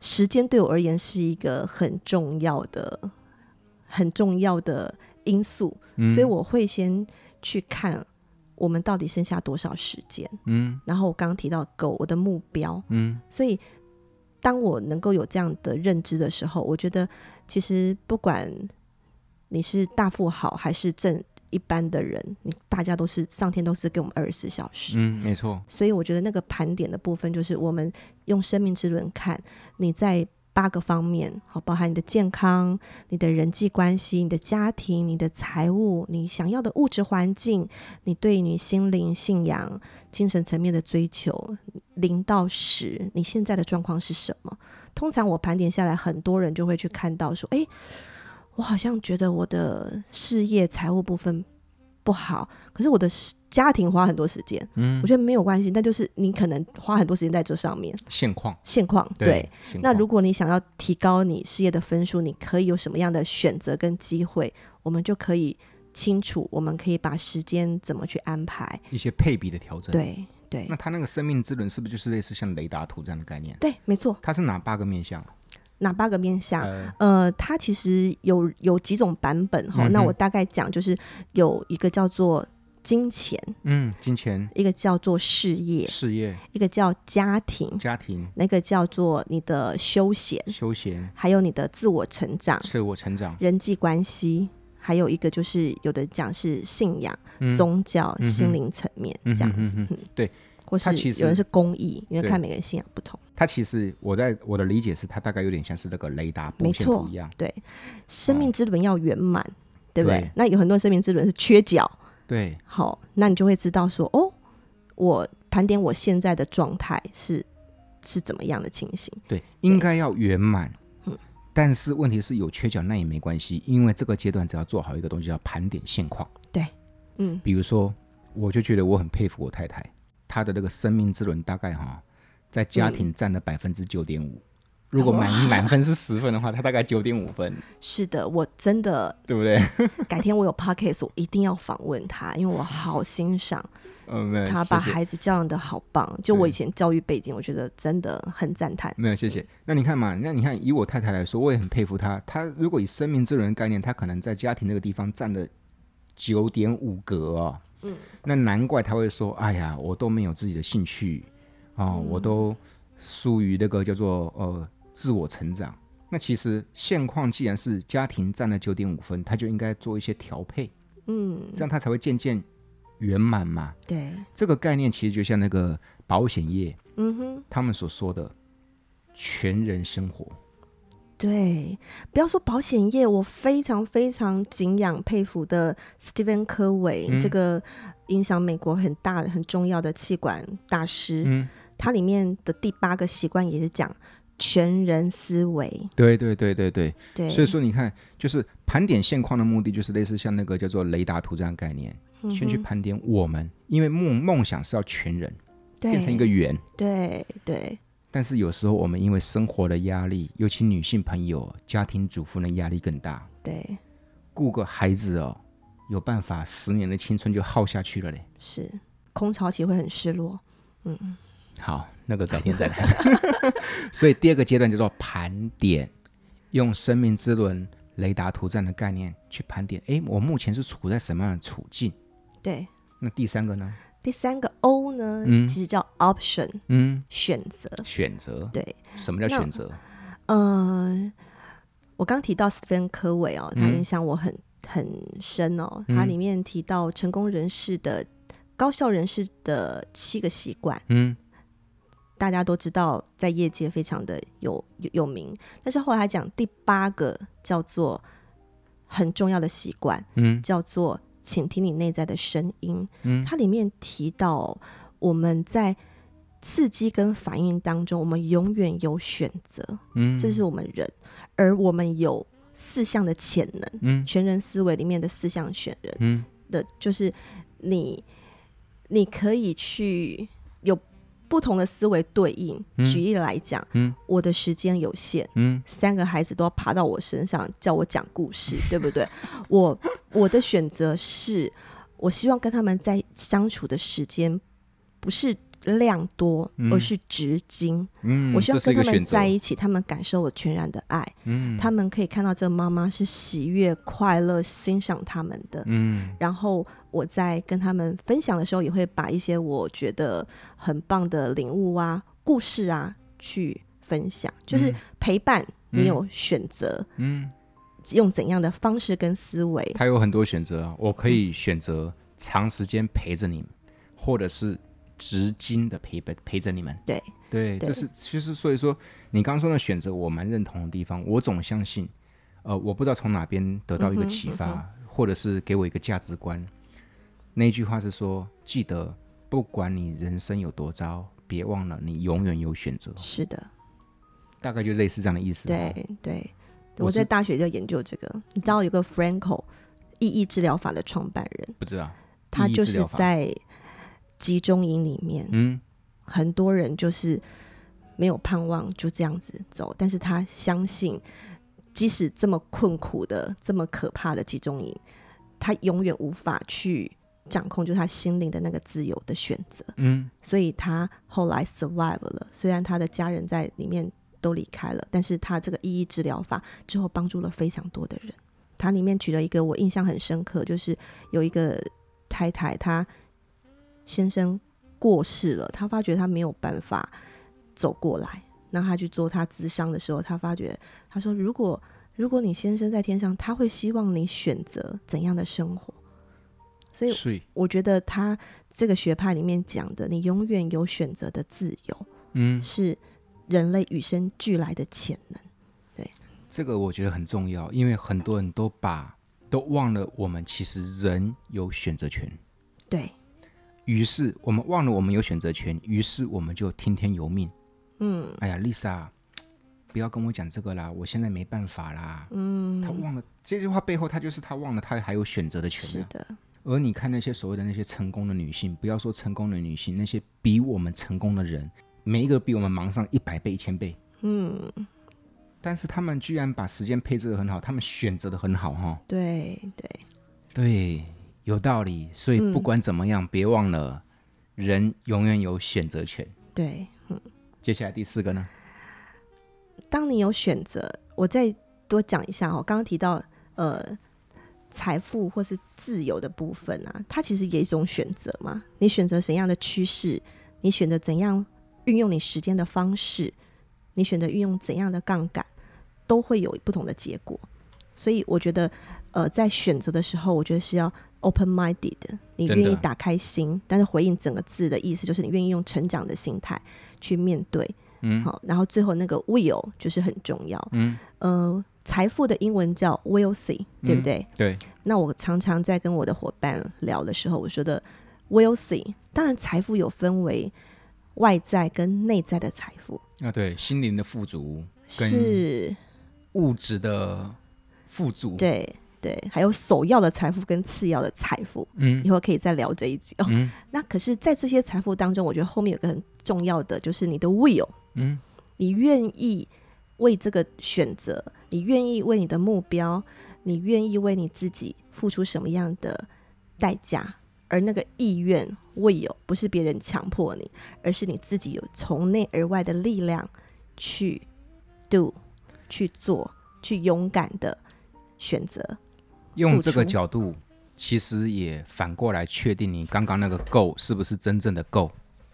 [SPEAKER 2] 时间对我而言是一个很重要的、很重要的因素，
[SPEAKER 1] 嗯
[SPEAKER 2] 所以我会先去看我们到底剩下多少时间。
[SPEAKER 1] 嗯
[SPEAKER 2] 然后我刚刚提到狗，我的目标，
[SPEAKER 1] 嗯
[SPEAKER 2] 所以，当我能够有这样的认知的时候，我觉得其实不管你是大富豪还是正一般的人，你大家都是上天都是给我们二十四小时。
[SPEAKER 1] 嗯，没错，
[SPEAKER 2] 所以我觉得那个盘点的部分，就是我们用生命之轮看你在八个方面，好，包含你的健康、你的人际关系、你的家庭、你的财务、你想要的物质环境、你对你心灵信仰、精神层面的追求，零到十，你现在的状况是什么？通常我盘点下来，很多人就会去看到说，诶，我好像觉得我的事业、财务部分不好，可是我的时家庭花很多时间，
[SPEAKER 1] 嗯
[SPEAKER 2] 我觉得没有关系，但就是你可能花很多时间在这上面。
[SPEAKER 1] 现况
[SPEAKER 2] 现况对，
[SPEAKER 1] 现
[SPEAKER 2] 那
[SPEAKER 1] 况
[SPEAKER 2] 如果你想要提高你事业的分数，你可以有什么样的选择跟机会？我们就可以清楚，我们可以把时间怎么去安排。
[SPEAKER 1] 一些配比的调整，，
[SPEAKER 2] 对对
[SPEAKER 1] 那它那个生命之轮是不是就是类似像雷达图这样的概念？
[SPEAKER 2] 对，没错，
[SPEAKER 1] 它是哪八个面向啊？
[SPEAKER 2] 哪八个面向？
[SPEAKER 1] 呃，
[SPEAKER 2] 呃，它其实有有几种版本哈、
[SPEAKER 1] 嗯哼
[SPEAKER 2] 那我大概讲，就是有一个叫做金钱，
[SPEAKER 1] 嗯，金钱、
[SPEAKER 2] 一个叫做事业，
[SPEAKER 1] 事业、
[SPEAKER 2] 一个叫家庭，
[SPEAKER 1] 家庭、
[SPEAKER 2] 那个叫做你的休闲，
[SPEAKER 1] 休闲、
[SPEAKER 2] 还有你的自我成长、
[SPEAKER 1] 自我成长、
[SPEAKER 2] 人际关系，还有一个就是有的讲是信仰、
[SPEAKER 1] 嗯
[SPEAKER 2] 宗教、
[SPEAKER 1] 嗯哼
[SPEAKER 2] 心灵层面
[SPEAKER 1] 嗯哼
[SPEAKER 2] 这样子
[SPEAKER 1] 嗯。
[SPEAKER 2] 嗯
[SPEAKER 1] 对，
[SPEAKER 2] 或
[SPEAKER 1] 它其
[SPEAKER 2] 是
[SPEAKER 1] 实
[SPEAKER 2] 有人是公益，因为
[SPEAKER 1] 对
[SPEAKER 2] 看每个人信仰不同。
[SPEAKER 1] 它其实我在我的理解是，它大概有点像是那个雷达
[SPEAKER 2] 没
[SPEAKER 1] 布线
[SPEAKER 2] 错
[SPEAKER 1] 图一样。
[SPEAKER 2] 对，生命之轮要圆满，对不对
[SPEAKER 1] 哦对？
[SPEAKER 2] 那有很多生命之轮是缺角，
[SPEAKER 1] 对，
[SPEAKER 2] 好，那你就会知道说，哦，我盘点我现在的状态是是怎么样的情形。
[SPEAKER 1] 对，嗯应该要圆满。但是问题是有缺角那也没关系，因为这个阶段只要做好一个东西叫盘点现况。
[SPEAKER 2] 嗯，
[SPEAKER 1] 比如说，我就觉得我很佩服我太太，她的那个生命之轮大概哈，在家庭占
[SPEAKER 2] 嗯
[SPEAKER 1] 了百分之九点五。如果满满分是十分的话，她大概九点五分，
[SPEAKER 2] 是的，我真的
[SPEAKER 1] 对不对？
[SPEAKER 2] 改天我有 podcast，我一定要访问他，因为我好欣赏
[SPEAKER 1] 嗯，没有
[SPEAKER 2] 他把
[SPEAKER 1] 谢谢
[SPEAKER 2] 孩子教养的好棒。就我
[SPEAKER 1] 对
[SPEAKER 2] 以前教育背景，我觉得真的很赞叹。
[SPEAKER 1] 没有，谢谢。那你看嘛，那你看以我太太来说，我也很佩服她。她如果以生命之轮的概念，她可能在家庭那个地方占了九点五格哦。嗯，那难怪她会说：“哎呀，我都没有自己的兴趣哦，我都疏于那个叫做呃自我成长。”那其实现况既然是家庭占了九点五分，她就应该做一些调配，
[SPEAKER 2] 嗯，
[SPEAKER 1] 这样她才会渐渐圆满嘛。
[SPEAKER 2] 对，
[SPEAKER 1] 这个概念其实就像那个保险业
[SPEAKER 2] 嗯哼，
[SPEAKER 1] 他们所说的全人生活。
[SPEAKER 2] 对。不要说保险业，我非常非常敬仰佩服的 Stephen 科维、
[SPEAKER 1] 嗯
[SPEAKER 2] 这个影响美国很大很重要的气管大师。
[SPEAKER 1] 嗯，
[SPEAKER 2] 它里面的第八个习惯也是讲全人思维，
[SPEAKER 1] 对对对对对，
[SPEAKER 2] 对，
[SPEAKER 1] 所以说你看，就是盘点现况的目的，就是类似像那个叫做雷达图这样的概念，
[SPEAKER 2] 嗯哼
[SPEAKER 1] 先去盘点我们，因为梦梦想是要全人
[SPEAKER 2] 对
[SPEAKER 1] 变成一个圆，
[SPEAKER 2] 对对
[SPEAKER 1] 但是有时候我们因为生活的压力，尤其女性朋友、家庭主妇的压力更大，
[SPEAKER 2] 对，
[SPEAKER 1] 顾个孩子哦，有办法十年的青春就耗下去了嘞。
[SPEAKER 2] 是空巢期会很失落，
[SPEAKER 1] 好，那个改天再来。 *laughs* 所以第二个阶段叫做盘点，用生命之轮雷达图这样的概念去盘点，诶，我目前是处在什么样的处境？
[SPEAKER 2] 对。
[SPEAKER 1] 那第三个呢？
[SPEAKER 2] 第三个 O 呢，
[SPEAKER 1] 嗯
[SPEAKER 2] 其实叫 option
[SPEAKER 1] 嗯，
[SPEAKER 2] 选择，
[SPEAKER 1] 选择。
[SPEAKER 2] 对，
[SPEAKER 1] 什么叫
[SPEAKER 2] 那
[SPEAKER 1] 选择？
[SPEAKER 2] 呃，我刚提到 Stephen 科维哦，他
[SPEAKER 1] 嗯
[SPEAKER 2] 影响我很、很深哦，他
[SPEAKER 1] 嗯
[SPEAKER 2] 里面提到成功人士的高效人士的七个习惯。
[SPEAKER 1] 嗯
[SPEAKER 2] 大家都知道，在业界非常的有有有名。但是后来他讲第八个叫做很重要的习惯，
[SPEAKER 1] 嗯
[SPEAKER 2] 叫做倾听你内在的声音。
[SPEAKER 1] 嗯
[SPEAKER 2] 它里面提到我们在刺激跟反应当中，我们永远有选择，
[SPEAKER 1] 嗯，
[SPEAKER 2] 这是我们人，而我们有四项的潜能，
[SPEAKER 1] 嗯
[SPEAKER 2] 全人思维里面的四项选人
[SPEAKER 1] 嗯
[SPEAKER 2] 的，就是你你可以去有不同的思维对应。
[SPEAKER 1] 嗯
[SPEAKER 2] 举例来讲，
[SPEAKER 1] 嗯
[SPEAKER 2] 我的时间有限，
[SPEAKER 1] 嗯
[SPEAKER 2] 三个孩子都要爬到我身上叫我讲故事， *laughs* 对不对？我我的选择是，我希望跟他们在相处的时间不是量多，
[SPEAKER 1] 嗯
[SPEAKER 2] 而是直精。
[SPEAKER 1] 嗯，
[SPEAKER 2] 我希望
[SPEAKER 1] 这是一个
[SPEAKER 2] 跟他
[SPEAKER 1] 选
[SPEAKER 2] 们
[SPEAKER 1] 择
[SPEAKER 2] 在。一起，他们感受我全然的爱，
[SPEAKER 1] 嗯，
[SPEAKER 2] 他们可以看到这个妈妈是喜悦、快乐、欣赏他们的。
[SPEAKER 1] 嗯
[SPEAKER 2] 然后我在跟他们分享的时候，也会把一些我觉得很棒的领悟啊、故事啊去分享，就是
[SPEAKER 1] 嗯
[SPEAKER 2] 陪伴。
[SPEAKER 1] 嗯
[SPEAKER 2] 你有选择
[SPEAKER 1] 嗯，
[SPEAKER 2] 用怎样的方式跟思维？
[SPEAKER 1] 他有很多选择啊，我可以选择长时间陪着你们，或者是直金的陪伴陪着你们。
[SPEAKER 2] 对
[SPEAKER 1] 对，
[SPEAKER 2] 对
[SPEAKER 1] 这是其实所以说，你刚刚说的选择，我蛮认同的地方。我总相信，呃，我不知道从哪边得到一个启
[SPEAKER 2] 嗯
[SPEAKER 1] 发，或者是给我一个价值观。那一句话是说，记得不管你人生有多糟，别忘了你永远有选择。
[SPEAKER 2] 是的，
[SPEAKER 1] 大概就类似这样的意思。
[SPEAKER 2] 对对。
[SPEAKER 1] 我
[SPEAKER 2] 我
[SPEAKER 1] 是
[SPEAKER 2] 在大学就研究这个，你知道有个 Franco，意义治疗法的创办人，
[SPEAKER 1] 不知道，
[SPEAKER 2] 他
[SPEAKER 1] 意义
[SPEAKER 2] 就
[SPEAKER 1] 治
[SPEAKER 2] 是
[SPEAKER 1] 疗法
[SPEAKER 2] 在集中营里面，
[SPEAKER 1] 嗯，
[SPEAKER 2] 很多人就是没有盼望，就这样子走，但是他相信，即使这么困苦的、这么可怕的集中营，他永远无法去掌控，就是他心灵的那个自由的选择，
[SPEAKER 1] 嗯，
[SPEAKER 2] 所以他后来 survive 了。虽然他的家人在里面都离开了，但是他这个意义治疗法之后帮助了非常多的人。它里面举了一个我印象很深刻，就是有一个太太，她先生过世了，她发觉她没有办法走过来，那她去做她咨商的时候，她发觉她说，如果如果你先生在天上，他会希望你选择怎样的生活。所以
[SPEAKER 1] 所以，
[SPEAKER 2] 我觉得他这个学派里面讲的，你永远有选择的自由，
[SPEAKER 1] 嗯，
[SPEAKER 2] 是人类与生俱来的潜能。
[SPEAKER 1] 这个我觉得很重要，因为很多人都把都忘了，我们其实人有选择权。
[SPEAKER 2] 对，
[SPEAKER 1] 于是我们忘了我们有选择权，于是我们就听天由命。嗯，哎呀，Lisa，不要跟我讲这个啦，我现在没办法啦。嗯，他忘了这句话背后，他就是他忘了他还有选择的权
[SPEAKER 2] 是
[SPEAKER 1] 利。啊
[SPEAKER 2] 的，
[SPEAKER 1] 而你看那些所谓的那些成功的女性，不要说成功的女性，那些比我们成功的人，每一个比我们忙上一百倍、一千倍。嗯，但是他们居然把时间配置的很好，他们选择的很好哈。
[SPEAKER 2] 对对，
[SPEAKER 1] 对，嗯有道理。所以不管怎么样，别忘了，人永远有选择权。
[SPEAKER 2] 对，
[SPEAKER 1] 接下来第四个呢？
[SPEAKER 2] 当你有选择，我再多讲一下哦。刚刚提到呃，财富或是自由的部分啊，它其实也一种选择嘛。你选择怎样的趋势，你选择怎样运用你时间的方式，你选择运用怎样的杠杆，都会有不同的结果。所以我觉得，呃，在选择的时候，我觉得是要 open minded 的，你
[SPEAKER 1] 真的
[SPEAKER 2] 愿意打开心，但是回应整个字的意思就是你愿意用成长的心态去面对。
[SPEAKER 1] 嗯
[SPEAKER 2] 好，然后最后那个 will 就是很重要。
[SPEAKER 1] 嗯，
[SPEAKER 2] 呃，财富的英文叫 will see，对不对？
[SPEAKER 1] 对，
[SPEAKER 2] 那我常常在跟我的伙伴聊的时候，我说的 will see，当然财富有分为外在跟内在的财富，
[SPEAKER 1] 啊对，心灵的富足跟
[SPEAKER 2] 是
[SPEAKER 1] 物质的富足。，
[SPEAKER 2] 对对，还有首要的财富跟次要的财富，
[SPEAKER 1] 嗯
[SPEAKER 2] 以后可以再聊这一集哦。
[SPEAKER 1] 嗯
[SPEAKER 2] 那可是，在这些财富当中，我觉得后面有个很重要的，就是你的 will，
[SPEAKER 1] 嗯，
[SPEAKER 2] 你愿意为这个选择，你愿意为你的目标，你愿意为你自己付出什么样的代价，而那个意愿未有，不是别人强迫你，而是你自己有从内而外的力量去 do，去做，去勇敢的选择。
[SPEAKER 1] 用
[SPEAKER 2] 付
[SPEAKER 1] 这个
[SPEAKER 2] 出
[SPEAKER 1] 角度，其实也反过来确定你刚刚那个够是不是真正的够，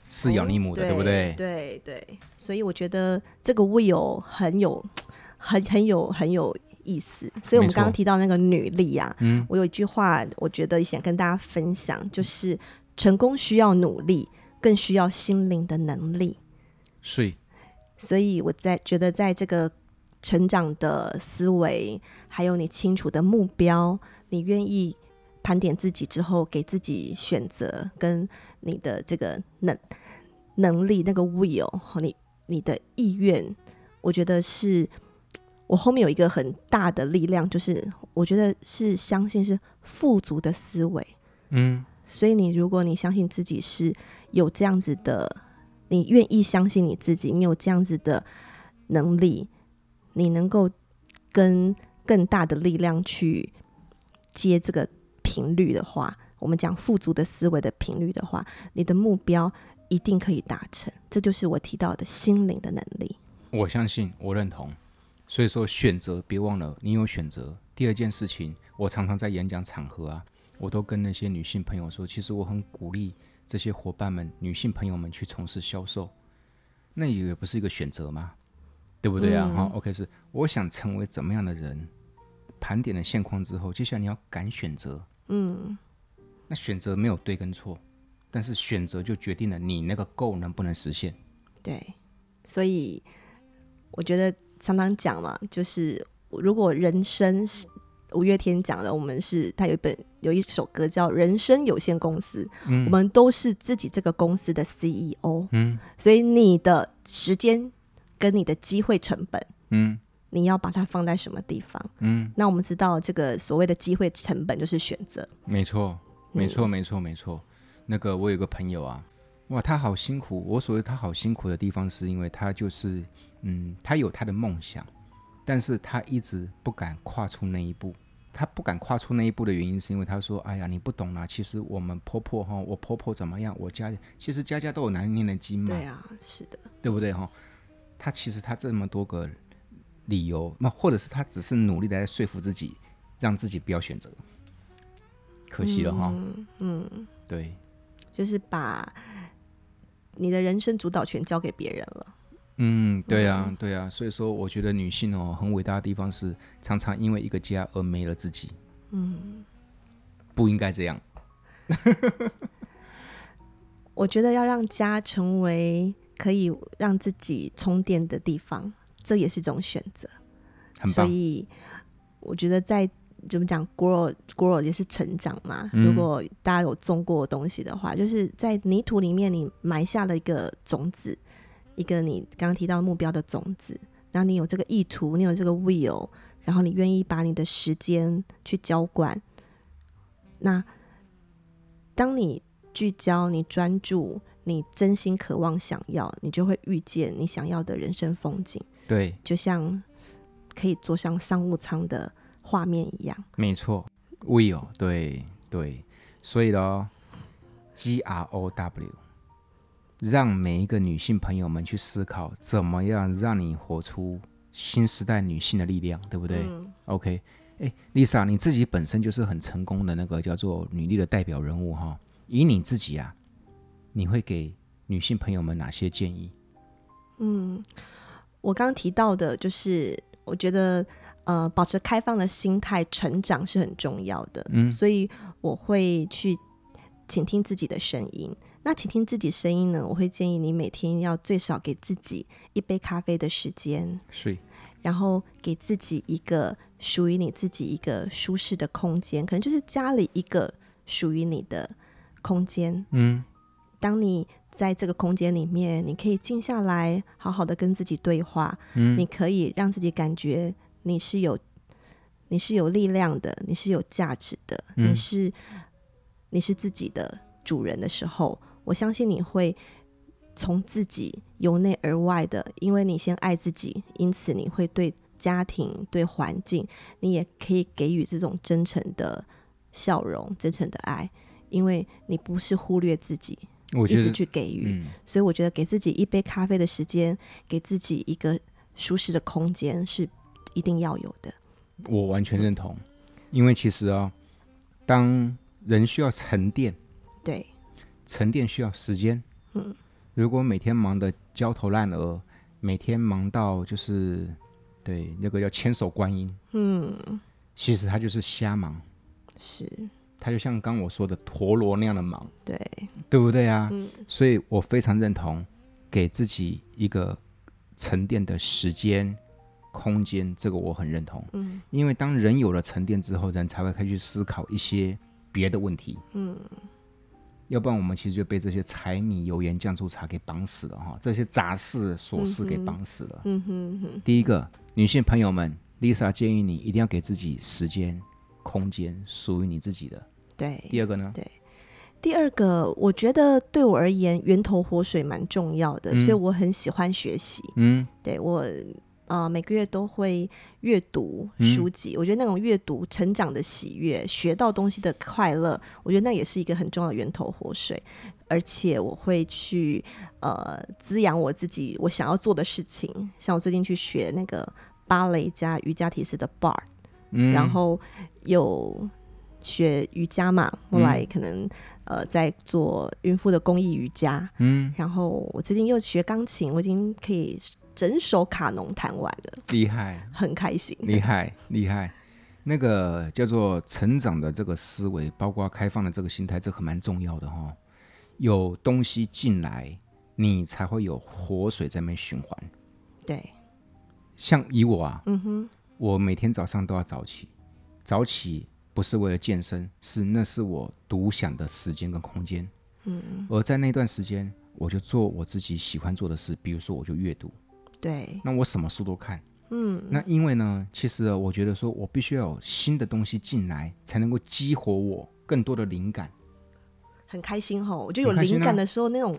[SPEAKER 1] 是咬你母哦的，对不对？
[SPEAKER 2] 哦对对，所以我觉得这个 will 很有、很很有、很有意思。所以我
[SPEAKER 1] 没
[SPEAKER 2] 们
[SPEAKER 1] 错
[SPEAKER 2] 刚刚提到那个女力啊，
[SPEAKER 1] 嗯
[SPEAKER 2] 我有一句话，我觉得想跟大家分享，就是成功需要努力，更需要心灵的能力。
[SPEAKER 1] 所以，
[SPEAKER 2] 所以我在觉得，在这个成长的思维，还有你清楚的目标，你愿意盘点自己之后，给自己选择，跟你的这个能能力那个 will 和你你的意愿，我觉得是我后面有一个很大的力量，就是我觉得是相信是富足的思维。
[SPEAKER 1] 嗯，
[SPEAKER 2] 所以你如果你相信自己是有这样子的，你愿意相信你自己，你有这样子的能力，你能够跟更大的力量去接这个频率的话，我们讲富足的思维的频率的话，你的目标一定可以达成。这就是我提到的心灵的能力。
[SPEAKER 1] 我相信，我认同。所以说，选择别忘了，你有选择。第二件事情，我常常在演讲场合啊，我都跟那些女性朋友说，其实我很鼓励这些伙伴们、女性朋友们去从事销售，那也不是一个选择吗？对不对啊？哈、o k 是我想成为怎么样的人，盘点了现况之后，接下来你要敢选择。嗯，那选择没有对跟错，但是选择就决定了你那个 goal 能不能实现。
[SPEAKER 2] 对，所以我觉得常常讲嘛，就是如果人生是五月天讲的，我们是他有一本有一首歌叫《人生有限公司》，我们都是自己这个公司的 E CEO，
[SPEAKER 1] 嗯
[SPEAKER 2] 所以你的时间跟你的机会成本，
[SPEAKER 1] 嗯，
[SPEAKER 2] 你要把它放在什么地方。
[SPEAKER 1] 嗯，
[SPEAKER 2] 那我们知道这个所谓的机会成本就是选择，
[SPEAKER 1] 没错，没错，没错，没错。那个我有个朋友啊，哇，他好辛苦。我所谓他好辛苦的地方，是因为他就是，嗯，他有他的梦想，但是他一直不敢跨出那一步。他不敢跨出那一步的原因，是因为他说：“哎呀，你不懂啦、其实我们婆婆哈，我婆婆怎么样，我家其实家家都有难念的经嘛。
[SPEAKER 2] 对啊，是的，
[SPEAKER 1] 对不对哈？他其实他这么多个理由，那或者是他只是努力的在说服自己，让自己不要选择。可惜了哈，
[SPEAKER 2] 嗯嗯，
[SPEAKER 1] 对，
[SPEAKER 2] 就是把你的人生主导权交给别人了。
[SPEAKER 1] 嗯，对啊，对啊，所以说我觉得女性哦，很伟大的地方是常常因为一个家而没了自己。嗯，不应该这样。
[SPEAKER 2] 我觉得要让家成为可以让自己充电的地方，这也是一种选择。
[SPEAKER 1] 很
[SPEAKER 2] 所
[SPEAKER 1] 棒，
[SPEAKER 2] 以我觉得在怎么讲，grow grow 也是成长嘛。
[SPEAKER 1] 嗯
[SPEAKER 2] 如果大家有种过东西的话，就是在泥土里面你埋下了一个种子，一个你刚刚提到目标的种子，然后你有这个意图，你有这个 will，然后你愿意把你的时间去浇灌。那当你聚焦、你专注、你真心渴望想要，你就会遇见你想要的人生风景。
[SPEAKER 1] 对，
[SPEAKER 2] 就像可以坐上商务舱的画面一样。
[SPEAKER 1] 没错，will，对对，所以咯 g R O W，让每一个女性朋友们去思考，怎么样让你活出新时代女性的力量，对不对、
[SPEAKER 2] 嗯
[SPEAKER 1] o k 哎，Lisa，你自己本身就是很成功的那个叫做女力的代表人物哈、以你自己啊，你会给女性朋友们哪些建议？
[SPEAKER 2] 嗯，我刚刚提到的就是，我觉得呃，保持开放的心态成长是很重要的。
[SPEAKER 1] 嗯
[SPEAKER 2] 所以我会去倾听自己的声音。那倾听自己声音呢，我会建议你每天要最少给自己一杯咖啡的时间，
[SPEAKER 1] 是，
[SPEAKER 2] 然后给自己一个属于你自己一个舒适的空间，可能就是家里一个属于你的空间。
[SPEAKER 1] 嗯
[SPEAKER 2] 当你在这个空间里面，你可以静下来，好好的跟自己对话，
[SPEAKER 1] 嗯
[SPEAKER 2] 你可以让自己感觉你是有你是有力量的，你是有价值的，
[SPEAKER 1] 嗯
[SPEAKER 2] 你是你是自己的主人的时候，我相信你会从自己由内而外的，因为你先爱自己，因此你会对家庭、对环境，你也可以给予这种真诚的笑容、真诚的爱，因为你不是忽略自己，
[SPEAKER 1] 我
[SPEAKER 2] 一
[SPEAKER 1] 觉
[SPEAKER 2] 直
[SPEAKER 1] 得，
[SPEAKER 2] 去给予。
[SPEAKER 1] 嗯，
[SPEAKER 2] 所以我觉得给自己一杯咖啡的时间，给自己一个舒适的空间是一定要有的。
[SPEAKER 1] 我完全认同，因为其实啊、当人需要沉淀，
[SPEAKER 2] 对，
[SPEAKER 1] 沉淀需要时间。
[SPEAKER 2] 嗯，
[SPEAKER 1] 如果每天忙得焦头烂额，每天忙到就是对那个叫千手观音，
[SPEAKER 2] 嗯，
[SPEAKER 1] 其实他就是瞎忙，
[SPEAKER 2] 是
[SPEAKER 1] 他就像刚我说的陀螺那样的忙，
[SPEAKER 2] 对，
[SPEAKER 1] 对不对啊？
[SPEAKER 2] 嗯
[SPEAKER 1] 所以我非常认同给自己一个沉淀的时间、空间，这个我很认同。
[SPEAKER 2] 嗯
[SPEAKER 1] 因为当人有了沉淀之后，人才会开始去思考一些别的问题。
[SPEAKER 2] 嗯，
[SPEAKER 1] 要不然我们其实就被这些柴米油盐酱醋茶给绑死了哈，这些杂事琐事给绑死了。
[SPEAKER 2] 嗯哼哼，
[SPEAKER 1] 第一个，女性朋友们，Lisa 建议你一定要给自己时间、空间，属于你自己的。
[SPEAKER 2] 对。
[SPEAKER 1] 第二个呢？
[SPEAKER 2] 第二个，我觉得对我而言，源头活水蛮重要的，
[SPEAKER 1] 嗯
[SPEAKER 2] 所以我很喜欢学习。
[SPEAKER 1] 嗯
[SPEAKER 2] 对我，呃，每个月都会阅读
[SPEAKER 1] 嗯
[SPEAKER 2] 书籍，我觉得那种阅读成长的喜悦，学到东西的快乐，我觉得那也是一个很重要的源头活水。而且我会去呃滋养我自己我想要做的事情，像我最近去学那个芭蕾加瑜伽体式的 bar，
[SPEAKER 1] 嗯，
[SPEAKER 2] 然后有学瑜伽嘛，后来
[SPEAKER 1] 嗯
[SPEAKER 2] 可能、呃在做孕妇的公益瑜伽，
[SPEAKER 1] 嗯，
[SPEAKER 2] 然后我最近又学钢琴，我已经可以整首卡农弹完了，
[SPEAKER 1] 厉害，
[SPEAKER 2] 很开心。 *laughs*
[SPEAKER 1] 厉害，厉害。那个叫做成长的这个思维，包括开放的这个心态，这个蛮重要的哈、有东西进来，你才会有活水在那边循环。
[SPEAKER 2] 对，
[SPEAKER 1] 像以我啊，
[SPEAKER 2] 嗯哼，
[SPEAKER 1] 我每天早上都要早起，早起不是为了健身，是那是我独享的时间跟空间。嗯，而在那段时间，我就做我自己喜欢做的事，比如说我就阅读，
[SPEAKER 2] 对，
[SPEAKER 1] 那我什么书都看，嗯，那因为呢，其实呃我觉得说我必须要有新的东西进来，才能够激活我更多的灵感。
[SPEAKER 2] 很开心哈。我觉得有
[SPEAKER 1] 很开心
[SPEAKER 2] 灵
[SPEAKER 1] 啊
[SPEAKER 2] 感的时候，那种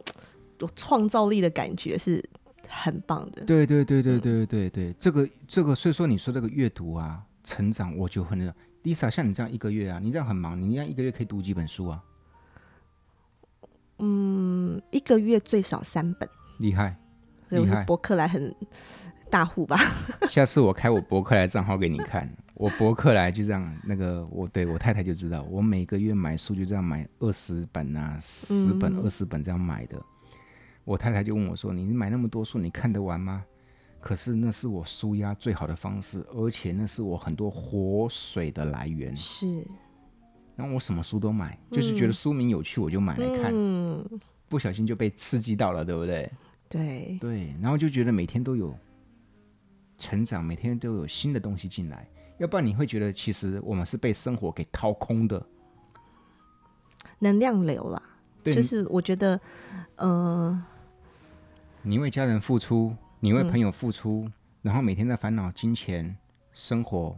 [SPEAKER 2] 有创造力的感觉是很棒的。
[SPEAKER 1] 对嗯对对对对对对，这个这个，所以说你说这个阅读啊，成长，我就很 Lisa，像你这样一个月啊，你这样很忙，你这样一个月可以读几本书啊？
[SPEAKER 2] 嗯，一个月最少三本，
[SPEAKER 1] 厉害！
[SPEAKER 2] 所以我
[SPEAKER 1] 厉
[SPEAKER 2] 是
[SPEAKER 1] 害
[SPEAKER 2] 博客来很大户吧。
[SPEAKER 1] *laughs* 下次我开我博客来账号给你看，我博客来就这样，那个我对我太太就知道，我每个月买书就这样买二十本啊，十本、二十本这样买的。我太太就问我说：“你买那么多书，你看得完吗？”可是那是我舒压最好的方式，而且那是我很多活水的来源。
[SPEAKER 2] 是，
[SPEAKER 1] 然后我什么书都买，就是觉得书名有趣我就买来看，
[SPEAKER 2] 嗯，
[SPEAKER 1] 不小心就被刺激到了，对不对？
[SPEAKER 2] 对，
[SPEAKER 1] 对，然后就觉得每天都有成长，每天都有新的东西进来，要不然你会觉得其实我们是被生活给掏空的。
[SPEAKER 2] 能量流啦，
[SPEAKER 1] 对，
[SPEAKER 2] 就是我觉得，呃，
[SPEAKER 1] 你为家人付出，你
[SPEAKER 2] 嗯
[SPEAKER 1] 为朋友付出，然后每天在烦恼金钱、生活，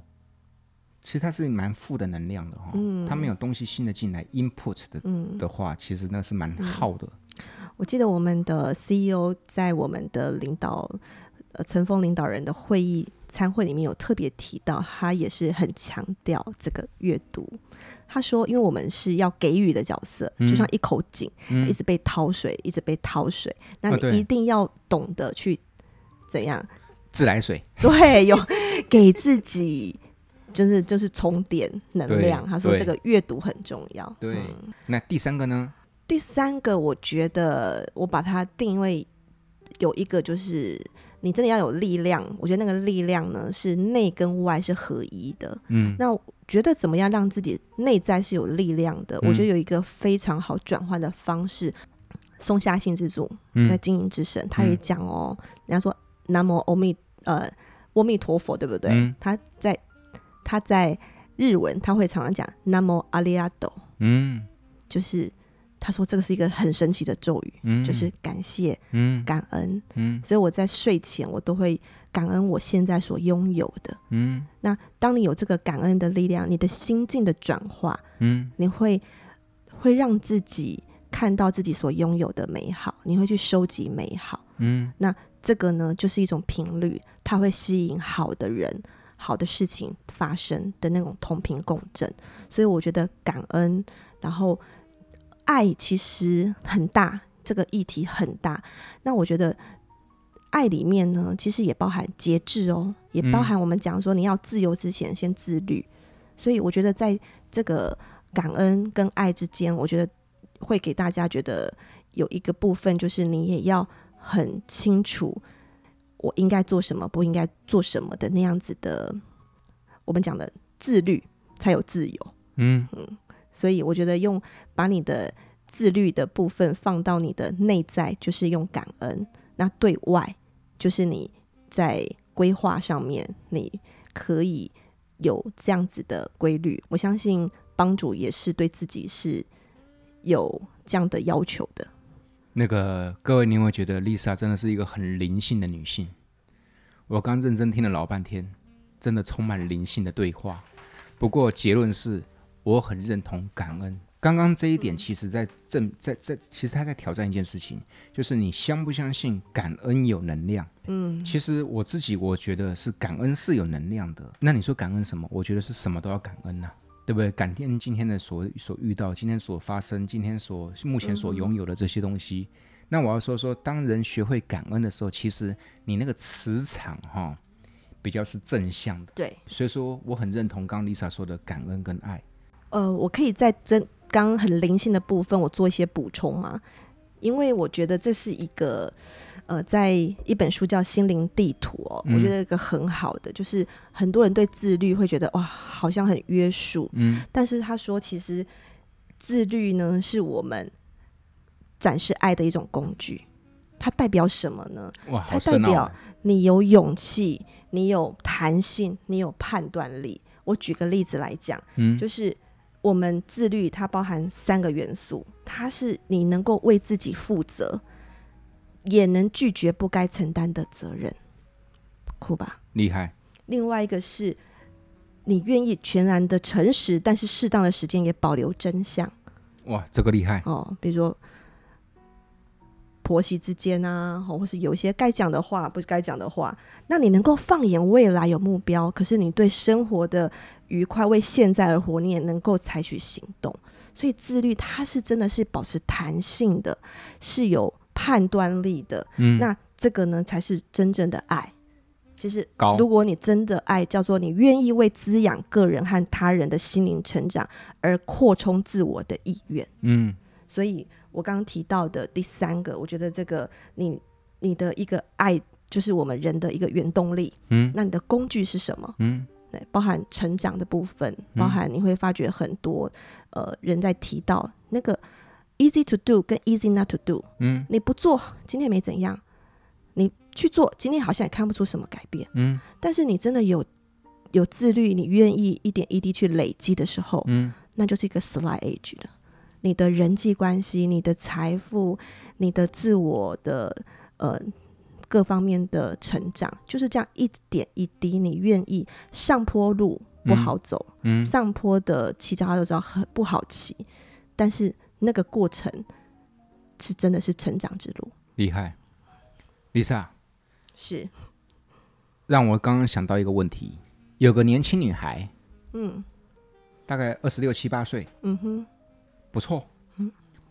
[SPEAKER 1] 其实它是蛮负的能量的哈、嗯，它没有东西新的进来 input 的、
[SPEAKER 2] 嗯
[SPEAKER 1] 的话，其实那是蛮耗的。
[SPEAKER 2] 我记得我们的 CEO 在我们的领导，呃，陈峰领导人的会议参会里面有特别提到，他也是很强调这个阅读。他说，因为我们是要给予的角色，就像一口井，
[SPEAKER 1] 嗯
[SPEAKER 2] 一直被掏水，一直被掏水，那
[SPEAKER 1] 啊
[SPEAKER 2] 你
[SPEAKER 1] 对
[SPEAKER 2] 一定要懂得去怎样， *laughs*
[SPEAKER 1] 自来水，
[SPEAKER 2] 对，有给自己。就是就是充电能量，
[SPEAKER 1] 对
[SPEAKER 2] 他说
[SPEAKER 1] 对
[SPEAKER 2] 这个阅读很重要。
[SPEAKER 1] 对。
[SPEAKER 2] 嗯
[SPEAKER 1] 那第三个呢？
[SPEAKER 2] 第三个，我觉得我把它定位有一个，就是你真的要有力量。我觉得那个力量呢，是内跟外是合一的。
[SPEAKER 1] 嗯，
[SPEAKER 2] 那我觉得怎么样让自己内在是有力量的？
[SPEAKER 1] 嗯
[SPEAKER 2] 我觉得有一个非常好转换的方式。松下幸之助
[SPEAKER 1] 嗯
[SPEAKER 2] 在《经营之神》他也讲哦，人家说“南无阿弥呃阿弥陀佛”，对不对？
[SPEAKER 1] 嗯
[SPEAKER 2] 他在他在日文他会常常讲“南无阿利阿斗”，
[SPEAKER 1] 嗯
[SPEAKER 2] 就是他说这个是一个很神奇的咒语，
[SPEAKER 1] 嗯，
[SPEAKER 2] 就是感谢、
[SPEAKER 1] 嗯
[SPEAKER 2] 感恩。
[SPEAKER 1] 嗯
[SPEAKER 2] 所以我在睡前我都会感恩我现在所拥有的。
[SPEAKER 1] 嗯
[SPEAKER 2] 那当你有这个感恩的力量，你的心境的转化，
[SPEAKER 1] 嗯
[SPEAKER 2] 你会会让自己看到自己所拥有的美好，你会去收集美好。
[SPEAKER 1] 嗯
[SPEAKER 2] 这个呢，就是一种频率，它会吸引好的人、好的事情发生的那种同频共振。所以我觉得感恩，然后爱其实很大，这个议题很大。那我觉得爱里面呢，其实也包含节制哦，也包含我们讲说你要自由之前先自律。所以我觉得在这个感恩跟爱之间，我觉得会给大家觉得有一个部分就是你也要很清楚我应该做什么，不应该做什么的那样子的，我们讲的自律才有自由。
[SPEAKER 1] 嗯
[SPEAKER 2] 所以我觉得用把你的自律的部分放到你的内在，就是用感恩；那对外就是你在规划上面，你可以有这样子的规律。我相信帮主也是对自己是有这样的要求的。
[SPEAKER 1] 那个各位，你有没有觉得 Lisa 真的是一个很灵性的女性？我刚认真听了老半天，真的充满灵性的对话。不过结论是，我很认同感恩。刚刚这一点，其实在正在在，其实他在挑战一件事情，就是你相不相信感恩有能量？嗯，其实我自己我觉得是感恩是有能量的。那你说感恩什么？我觉得是什么都要感恩啊呐、对不对？感恩今天的所所遇到，今天所发生，今天所目前
[SPEAKER 2] 嗯
[SPEAKER 1] 所拥有的这些东西。那我要说说，当人学会感恩的时候，其实你那个磁场哈、比较是正向的。
[SPEAKER 2] 对，
[SPEAKER 1] 所以说，我很认同刚刚 Lisa 说的感恩跟爱。
[SPEAKER 2] 呃，我可以在真刚刚很灵性的部分，我做一些补充吗？因为我觉得这是一个，呃，在一本书叫《心灵地图》哦，我觉得一个很好的，就是很多人对自律会觉得哇，好像很约束，
[SPEAKER 1] 嗯，
[SPEAKER 2] 但是他说其实自律呢是我们展示爱的一种工具，它代表什么呢？
[SPEAKER 1] 哇，好
[SPEAKER 2] 它代
[SPEAKER 1] 深奥
[SPEAKER 2] 表
[SPEAKER 1] 啊。
[SPEAKER 2] 你有勇气，你有弹性，你有判断力。我举个例子来讲，
[SPEAKER 1] 嗯
[SPEAKER 2] 就是我们自律，它包含三个元素，它是你能够为自己负责，也能拒绝不该承担的责任。酷吧。
[SPEAKER 1] 厉害，
[SPEAKER 2] 另外一个是，你愿意全然的诚实，但是适当的时间也保留真相
[SPEAKER 1] 哇，这个厉害，
[SPEAKER 2] 哦，比如说婆媳之间啊，哦或是有一些该讲的话不该讲的话，那你能够放眼未来有目标，可是你对生活的愉快为现在而活，你也能够采取行动。所以自律它是真的是保持弹性的，是有判断力的。
[SPEAKER 1] 嗯，
[SPEAKER 2] 那这个呢才是真正的爱。其实
[SPEAKER 1] 高
[SPEAKER 2] 如果你真的爱，叫做你愿意为滋养个人和他人的心灵成长而扩充自我的意愿。
[SPEAKER 1] 嗯
[SPEAKER 2] 所以我刚刚提到的第三个，我觉得这个你你的一个爱就是我们人的一个原动力。
[SPEAKER 1] 嗯
[SPEAKER 2] 那你的工具是什么？
[SPEAKER 1] 嗯
[SPEAKER 2] 对，包含成长的部分，包含你会发觉很多呃人在提到那个 easy to do 跟 easy not to do。
[SPEAKER 1] 嗯
[SPEAKER 2] 你不做，今天没怎样；你去做，今天好像也看不出什么改变。
[SPEAKER 1] 嗯
[SPEAKER 2] 但是你真的有有自律，你愿意一点一滴去累积的时候，
[SPEAKER 1] 嗯，
[SPEAKER 2] 那就是一个 sly age 了。你的人际关系、你的财富、你的自我的呃各方面的成长，就是这样一点一滴，你愿意上坡路不好走，
[SPEAKER 1] 嗯
[SPEAKER 2] 上坡的骑脚踏车都知道很不好骑，但是那个过程是真的是成长之路。
[SPEAKER 1] 厉害，Lisa，
[SPEAKER 2] 嗯是，
[SPEAKER 1] 让我刚刚想到一个问题，有个年轻女孩，
[SPEAKER 2] 嗯
[SPEAKER 1] 大概二十六七八岁，
[SPEAKER 2] 嗯哼，
[SPEAKER 1] 不错，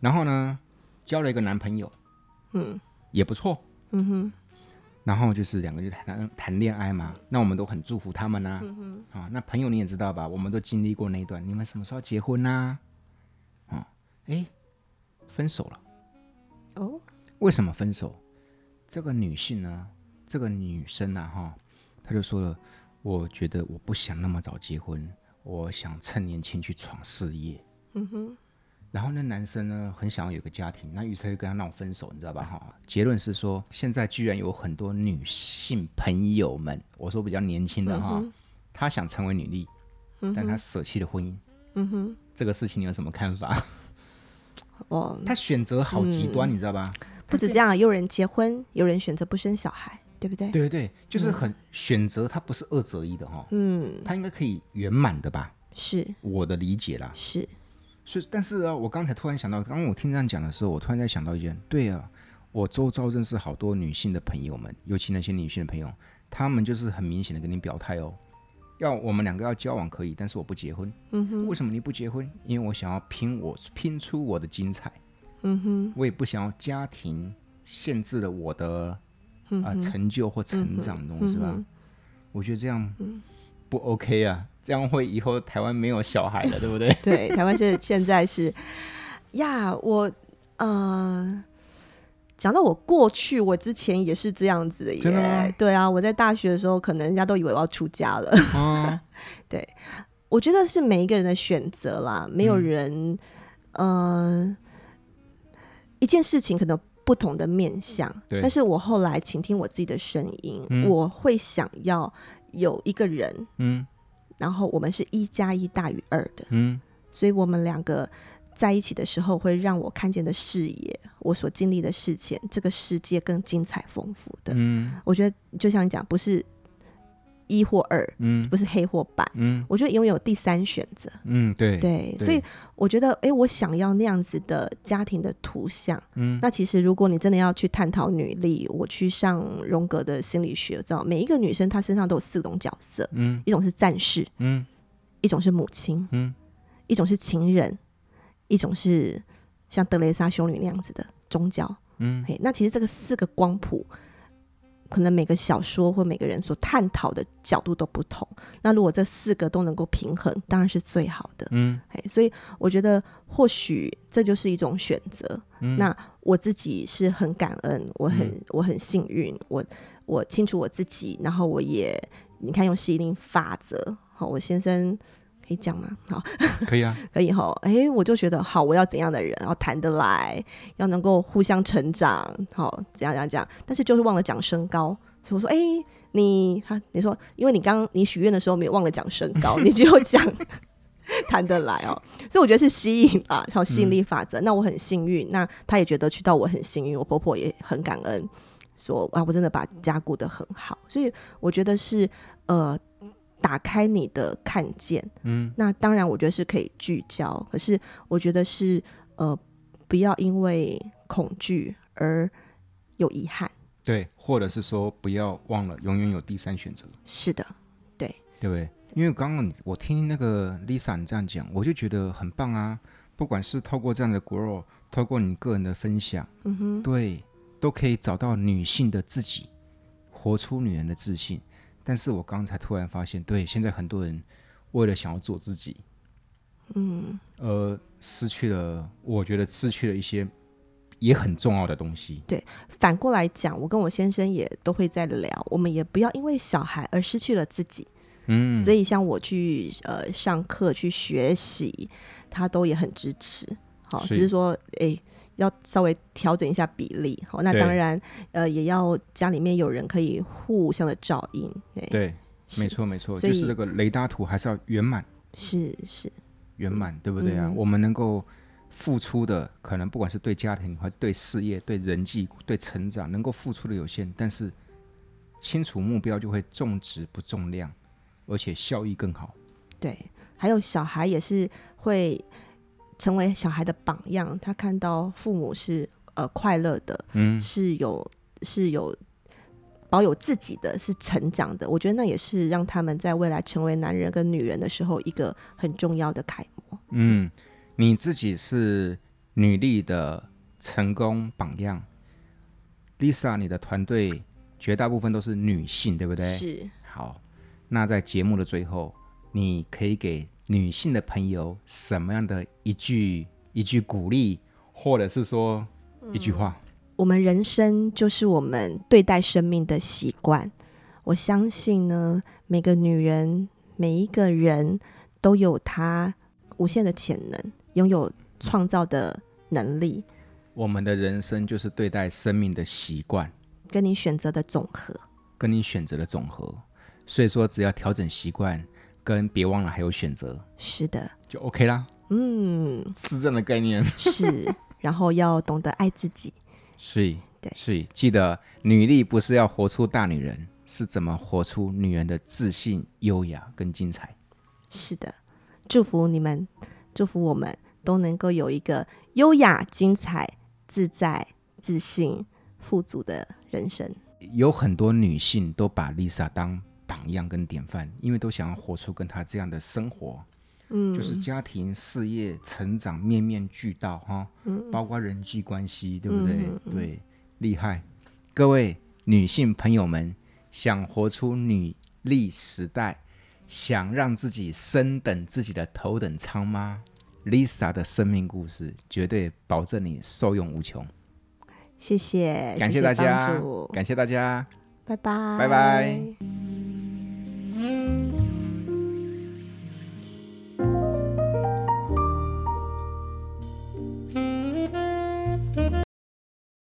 [SPEAKER 1] 然后呢，交了一个男朋友，
[SPEAKER 2] 嗯
[SPEAKER 1] 也不错，
[SPEAKER 2] 嗯哼，
[SPEAKER 1] 然后就是两个人谈谈恋爱嘛，那我们都很祝福他们呐、啊。
[SPEAKER 2] 嗯
[SPEAKER 1] 那朋友你也知道吧，我们都经历过那一段，你们什么时候结婚呐、啊？哎，分手了，
[SPEAKER 2] 哦，
[SPEAKER 1] 为什么分手？这个女性呢，这个女生啊，哈，她就说了，我觉得我不想那么早结婚，我想趁年轻去闯事业。
[SPEAKER 2] 嗯哼，
[SPEAKER 1] 然后那男生呢，很想要有个家庭，那于是他就跟他闹分手，你知道吧？哈，结论是说，现在居然有很多女性朋友们，我说比较年轻的
[SPEAKER 2] 嗯
[SPEAKER 1] 哈，她想成为女力，但她舍弃了婚姻。
[SPEAKER 2] 嗯哼，
[SPEAKER 1] 这个事情你有什么看法？
[SPEAKER 2] 哦，
[SPEAKER 1] 她选择好极端，
[SPEAKER 2] 嗯
[SPEAKER 1] 你知道吧？
[SPEAKER 2] 不止这样，啊有人结婚，有人选择不生小孩，对不对？
[SPEAKER 1] 对对对，就是很选择，她不是二择一的哈，
[SPEAKER 2] 嗯，
[SPEAKER 1] 她应该可以圆满的吧？
[SPEAKER 2] 是
[SPEAKER 1] 我的理解啦。
[SPEAKER 2] 是，
[SPEAKER 1] 所以，但是啊，我刚才突然想到，刚刚我听这样讲的时候，我突然在想到一件，对啊，我周遭认识好多女性的朋友们，尤其那些女性的朋友，她们就是很明显的跟你表态哦，要我们两个要交往可以，但是我不结婚。
[SPEAKER 2] 嗯哼，
[SPEAKER 1] 为什么你不结婚？因为我想要拼我拼出我的精彩，
[SPEAKER 2] 嗯哼，
[SPEAKER 1] 我也不想要家庭限制了我的
[SPEAKER 2] 嗯
[SPEAKER 1] 啊、呃成就或成长的东西吧。我觉得这样
[SPEAKER 2] 嗯
[SPEAKER 1] 不 OK 啊，这样会以后台湾没有小孩了，对不对？
[SPEAKER 2] 对，台湾现现在是呀，我呃，讲到我过去，我之前也是这样子的耶，
[SPEAKER 1] 真的吗
[SPEAKER 2] 对啊，我在大学的时候，可能人家都以为我要出家了。 *laughs*
[SPEAKER 1] 啊，
[SPEAKER 2] 我觉得是每一个人的选择啦，没
[SPEAKER 1] 嗯
[SPEAKER 2] 有人，呃，一件事情可能有不同的面向。
[SPEAKER 1] 对
[SPEAKER 2] 但是我后来倾听我自己的声音，
[SPEAKER 1] 嗯
[SPEAKER 2] 我会想要有一个人，
[SPEAKER 1] 嗯
[SPEAKER 2] 然后我们是一加一大于二的，
[SPEAKER 1] 嗯。
[SPEAKER 2] 所以我们两个在一起的时候，会让我看见的视野，我所经历的事情，这个世界更精彩丰富的。
[SPEAKER 1] 嗯
[SPEAKER 2] 我觉得就像你讲，不是一或二，
[SPEAKER 1] 嗯
[SPEAKER 2] 不是黑或白，
[SPEAKER 1] 嗯
[SPEAKER 2] 我觉得永远有第三选择。
[SPEAKER 1] 嗯，对，
[SPEAKER 2] 对，
[SPEAKER 1] 对
[SPEAKER 2] 所以我觉得，哎，我想要那样子的家庭的图像。
[SPEAKER 1] 嗯
[SPEAKER 2] 那其实，如果你真的要去探讨女力，我去上荣格的心理学，知道每一个女生她身上都有四种角色，
[SPEAKER 1] 嗯
[SPEAKER 2] 一种是战士，
[SPEAKER 1] 嗯
[SPEAKER 2] 一种是母亲，
[SPEAKER 1] 嗯，
[SPEAKER 2] 一种是情人，一种是像德蕾莎修女那样子的宗教。
[SPEAKER 1] 嗯
[SPEAKER 2] 嘿，那其实这个四个光谱，可能每个小说或每个人所探讨的角度都不同。那如果这四个都能够平衡，当然是最好的。
[SPEAKER 1] 嗯
[SPEAKER 2] 哎，所以我觉得或许这就是一种选择。
[SPEAKER 1] 嗯
[SPEAKER 2] 那我自己是很感恩，我很、我很幸运，我我清楚我自己，然后我也你看用吸引力法则，好，我先生可以讲吗？好，
[SPEAKER 1] 可以啊，
[SPEAKER 2] 可以哈。哎，我就觉得好，我要怎样的人，然后谈得来，要能够互相成长，好，怎样怎样怎样，但是就是忘了讲身高，所以我说，哎。你他你说，因为你刚你许愿的时候没有忘了讲身高，你只有讲 *laughs* 谈得来哦，所以我觉得是吸引啊，还有吸引力法则。那我很幸运，那他也觉得去到我很幸运，我婆婆也很感恩，说啊，我真的把家顾得很好，所以我觉得是呃，打开你的看见，
[SPEAKER 1] 嗯，
[SPEAKER 2] 那当然我觉得是可以聚焦，可是我觉得是呃，不要因为恐惧而有遗憾，
[SPEAKER 1] 对，或者是说不要忘了永远有第三选择，
[SPEAKER 2] 是的，
[SPEAKER 1] 对不对？因为刚刚你我听那个 Lisa 你这样讲，我就觉得很棒啊！不管是透过这样的 grow，透过你个人的分享，
[SPEAKER 2] 嗯哼，
[SPEAKER 1] 对，都可以找到女性的自己，活出女人的自信。但是我刚才突然发现，对，现在很多人为了想要做自己，
[SPEAKER 2] 嗯，
[SPEAKER 1] 而失去了，我觉得失去了一些也很重要的东西。
[SPEAKER 2] 反过来讲，我跟我先生也都会在聊，我们也不要因为小孩而失去了自己。
[SPEAKER 1] 嗯，
[SPEAKER 2] 所以像我去呃上课去学习，他都也很支持。好，
[SPEAKER 1] 是
[SPEAKER 2] 只是说诶要稍微调整一下比例。好，那
[SPEAKER 1] 对
[SPEAKER 2] 当然呃也要家里面有人可以互相的照应。对，
[SPEAKER 1] 对，
[SPEAKER 2] 是
[SPEAKER 1] 没错没错，
[SPEAKER 2] 所
[SPEAKER 1] 就是
[SPEAKER 2] 以
[SPEAKER 1] 这个雷达图还是要圆满。
[SPEAKER 2] 是是，
[SPEAKER 1] 圆满，对不对啊？
[SPEAKER 2] 嗯
[SPEAKER 1] 我们能够付出的，可能不管是对家庭、还对事业、对人际、对成长，能够付出的有限，但是清楚目标就会重质不重量，而且效益更好。
[SPEAKER 2] 对。还有小孩也是会成为小孩的榜样，他看到父母是呃快乐的，
[SPEAKER 1] 嗯，
[SPEAKER 2] 是有是有保有自己的，是成长的。我觉得那也是让他们在未来成为男人跟女人的时候一个很重要的楷模。
[SPEAKER 1] 嗯，你自己是女力的成功榜样，Lisa，你的团队绝大部分都是女性，对不对？
[SPEAKER 2] 是
[SPEAKER 1] 好，那在节目的最后，你可以给女性的朋友什么样的一句一句鼓励，或者是说一句话？
[SPEAKER 2] 我们人生就是我们对待生命的习惯。我相信呢，每个女人每一个人都有她无限的潜能，拥有创造的能力，
[SPEAKER 1] 我们的人生就是对待生命的习惯，
[SPEAKER 2] 跟你选择的总和。
[SPEAKER 1] 跟你选择的总和。所以说，只要调整习惯，跟别忘了还有选择，
[SPEAKER 2] 是的，
[SPEAKER 1] 就 OK 啦，
[SPEAKER 2] 嗯，
[SPEAKER 1] *laughs* 是这样的概念。
[SPEAKER 2] 是。然后要懂得爱自己。
[SPEAKER 1] 是，
[SPEAKER 2] 对
[SPEAKER 1] 是记得女力不是要活出大女人，是怎么活出女人的自信、优雅跟精彩。
[SPEAKER 2] 是的，祝福你们，祝福我们都能够有一个优雅、精彩、自在、自信、富足的人生。
[SPEAKER 1] 有很多女性都把 Lisa 当榜样跟典范，因为都想要活出跟她这样的生活，
[SPEAKER 2] 嗯，
[SPEAKER 1] 就是家庭、事业、成长面面俱到哈，包括人际关系，对不对？
[SPEAKER 2] 嗯
[SPEAKER 1] 对，厉害！各位女性朋友们，想活出女力时代，想让自己升等自己的头等舱吗？Lisa 的生命故事绝对保证你受用无穷，
[SPEAKER 2] 谢谢，
[SPEAKER 1] 感
[SPEAKER 2] 哎谢
[SPEAKER 1] 大
[SPEAKER 2] 帮
[SPEAKER 1] 家
[SPEAKER 2] 助，
[SPEAKER 1] 感谢大家。
[SPEAKER 2] 拜拜，
[SPEAKER 1] 拜拜。